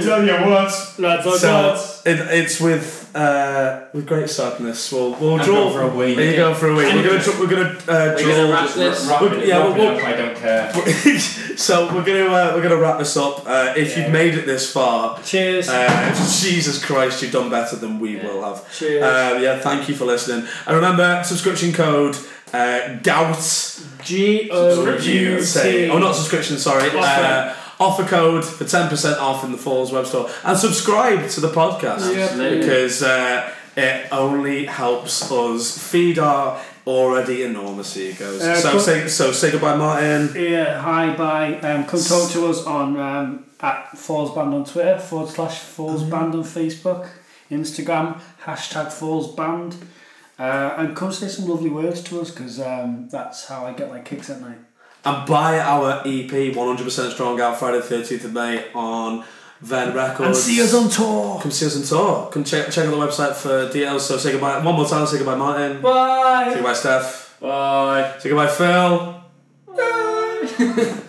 Tell you what.
Lads, I've
So
got-
it, it's with uh, with great sadness. We'll we'll
I'm
draw
going for a wee.
There you go for a wee. We're gonna dr- we're gonna uh,
We're gonna
draw.
wrap this.
We're- yeah, we'll-
up, I don't care.
so we're gonna uh, we're gonna wrap this up. Uh, if
Yeah.
you've made it this far,
cheers.
uh, Jesus Christ, you've done better than we will have.
Cheers.
Uh, yeah, thank you for listening. And remember, subscription code uh, GOUT.
G O U
Say,
T.
oh, not subscription, sorry. Uh,
Offer.
offer code for 10% off in the Falls web store. And subscribe to the podcast.
Yeah.
Absolutely.
Because uh, it only helps us feed our already enormous egos.
Uh,
so,
co-
say, so say goodbye, Martin.
Yeah, hi, bye. Um, come talk to us on um, at Falls Band on Twitter, forward slash
Oh,
Falls Band on Facebook, Instagram, hashtag Falls Band. Uh, and come say some lovely words to us because um, that's how I get my kicks at night.
And buy our E EP, 100% Strong Out, Friday 30th of May on Ven Records.
And see us on tour.
Come see us on tour. Come check, check out the website for details. So say goodbye. One more time, say goodbye, Martin.
Bye.
Say goodbye, Steph.
Bye.
Say goodbye, Phil.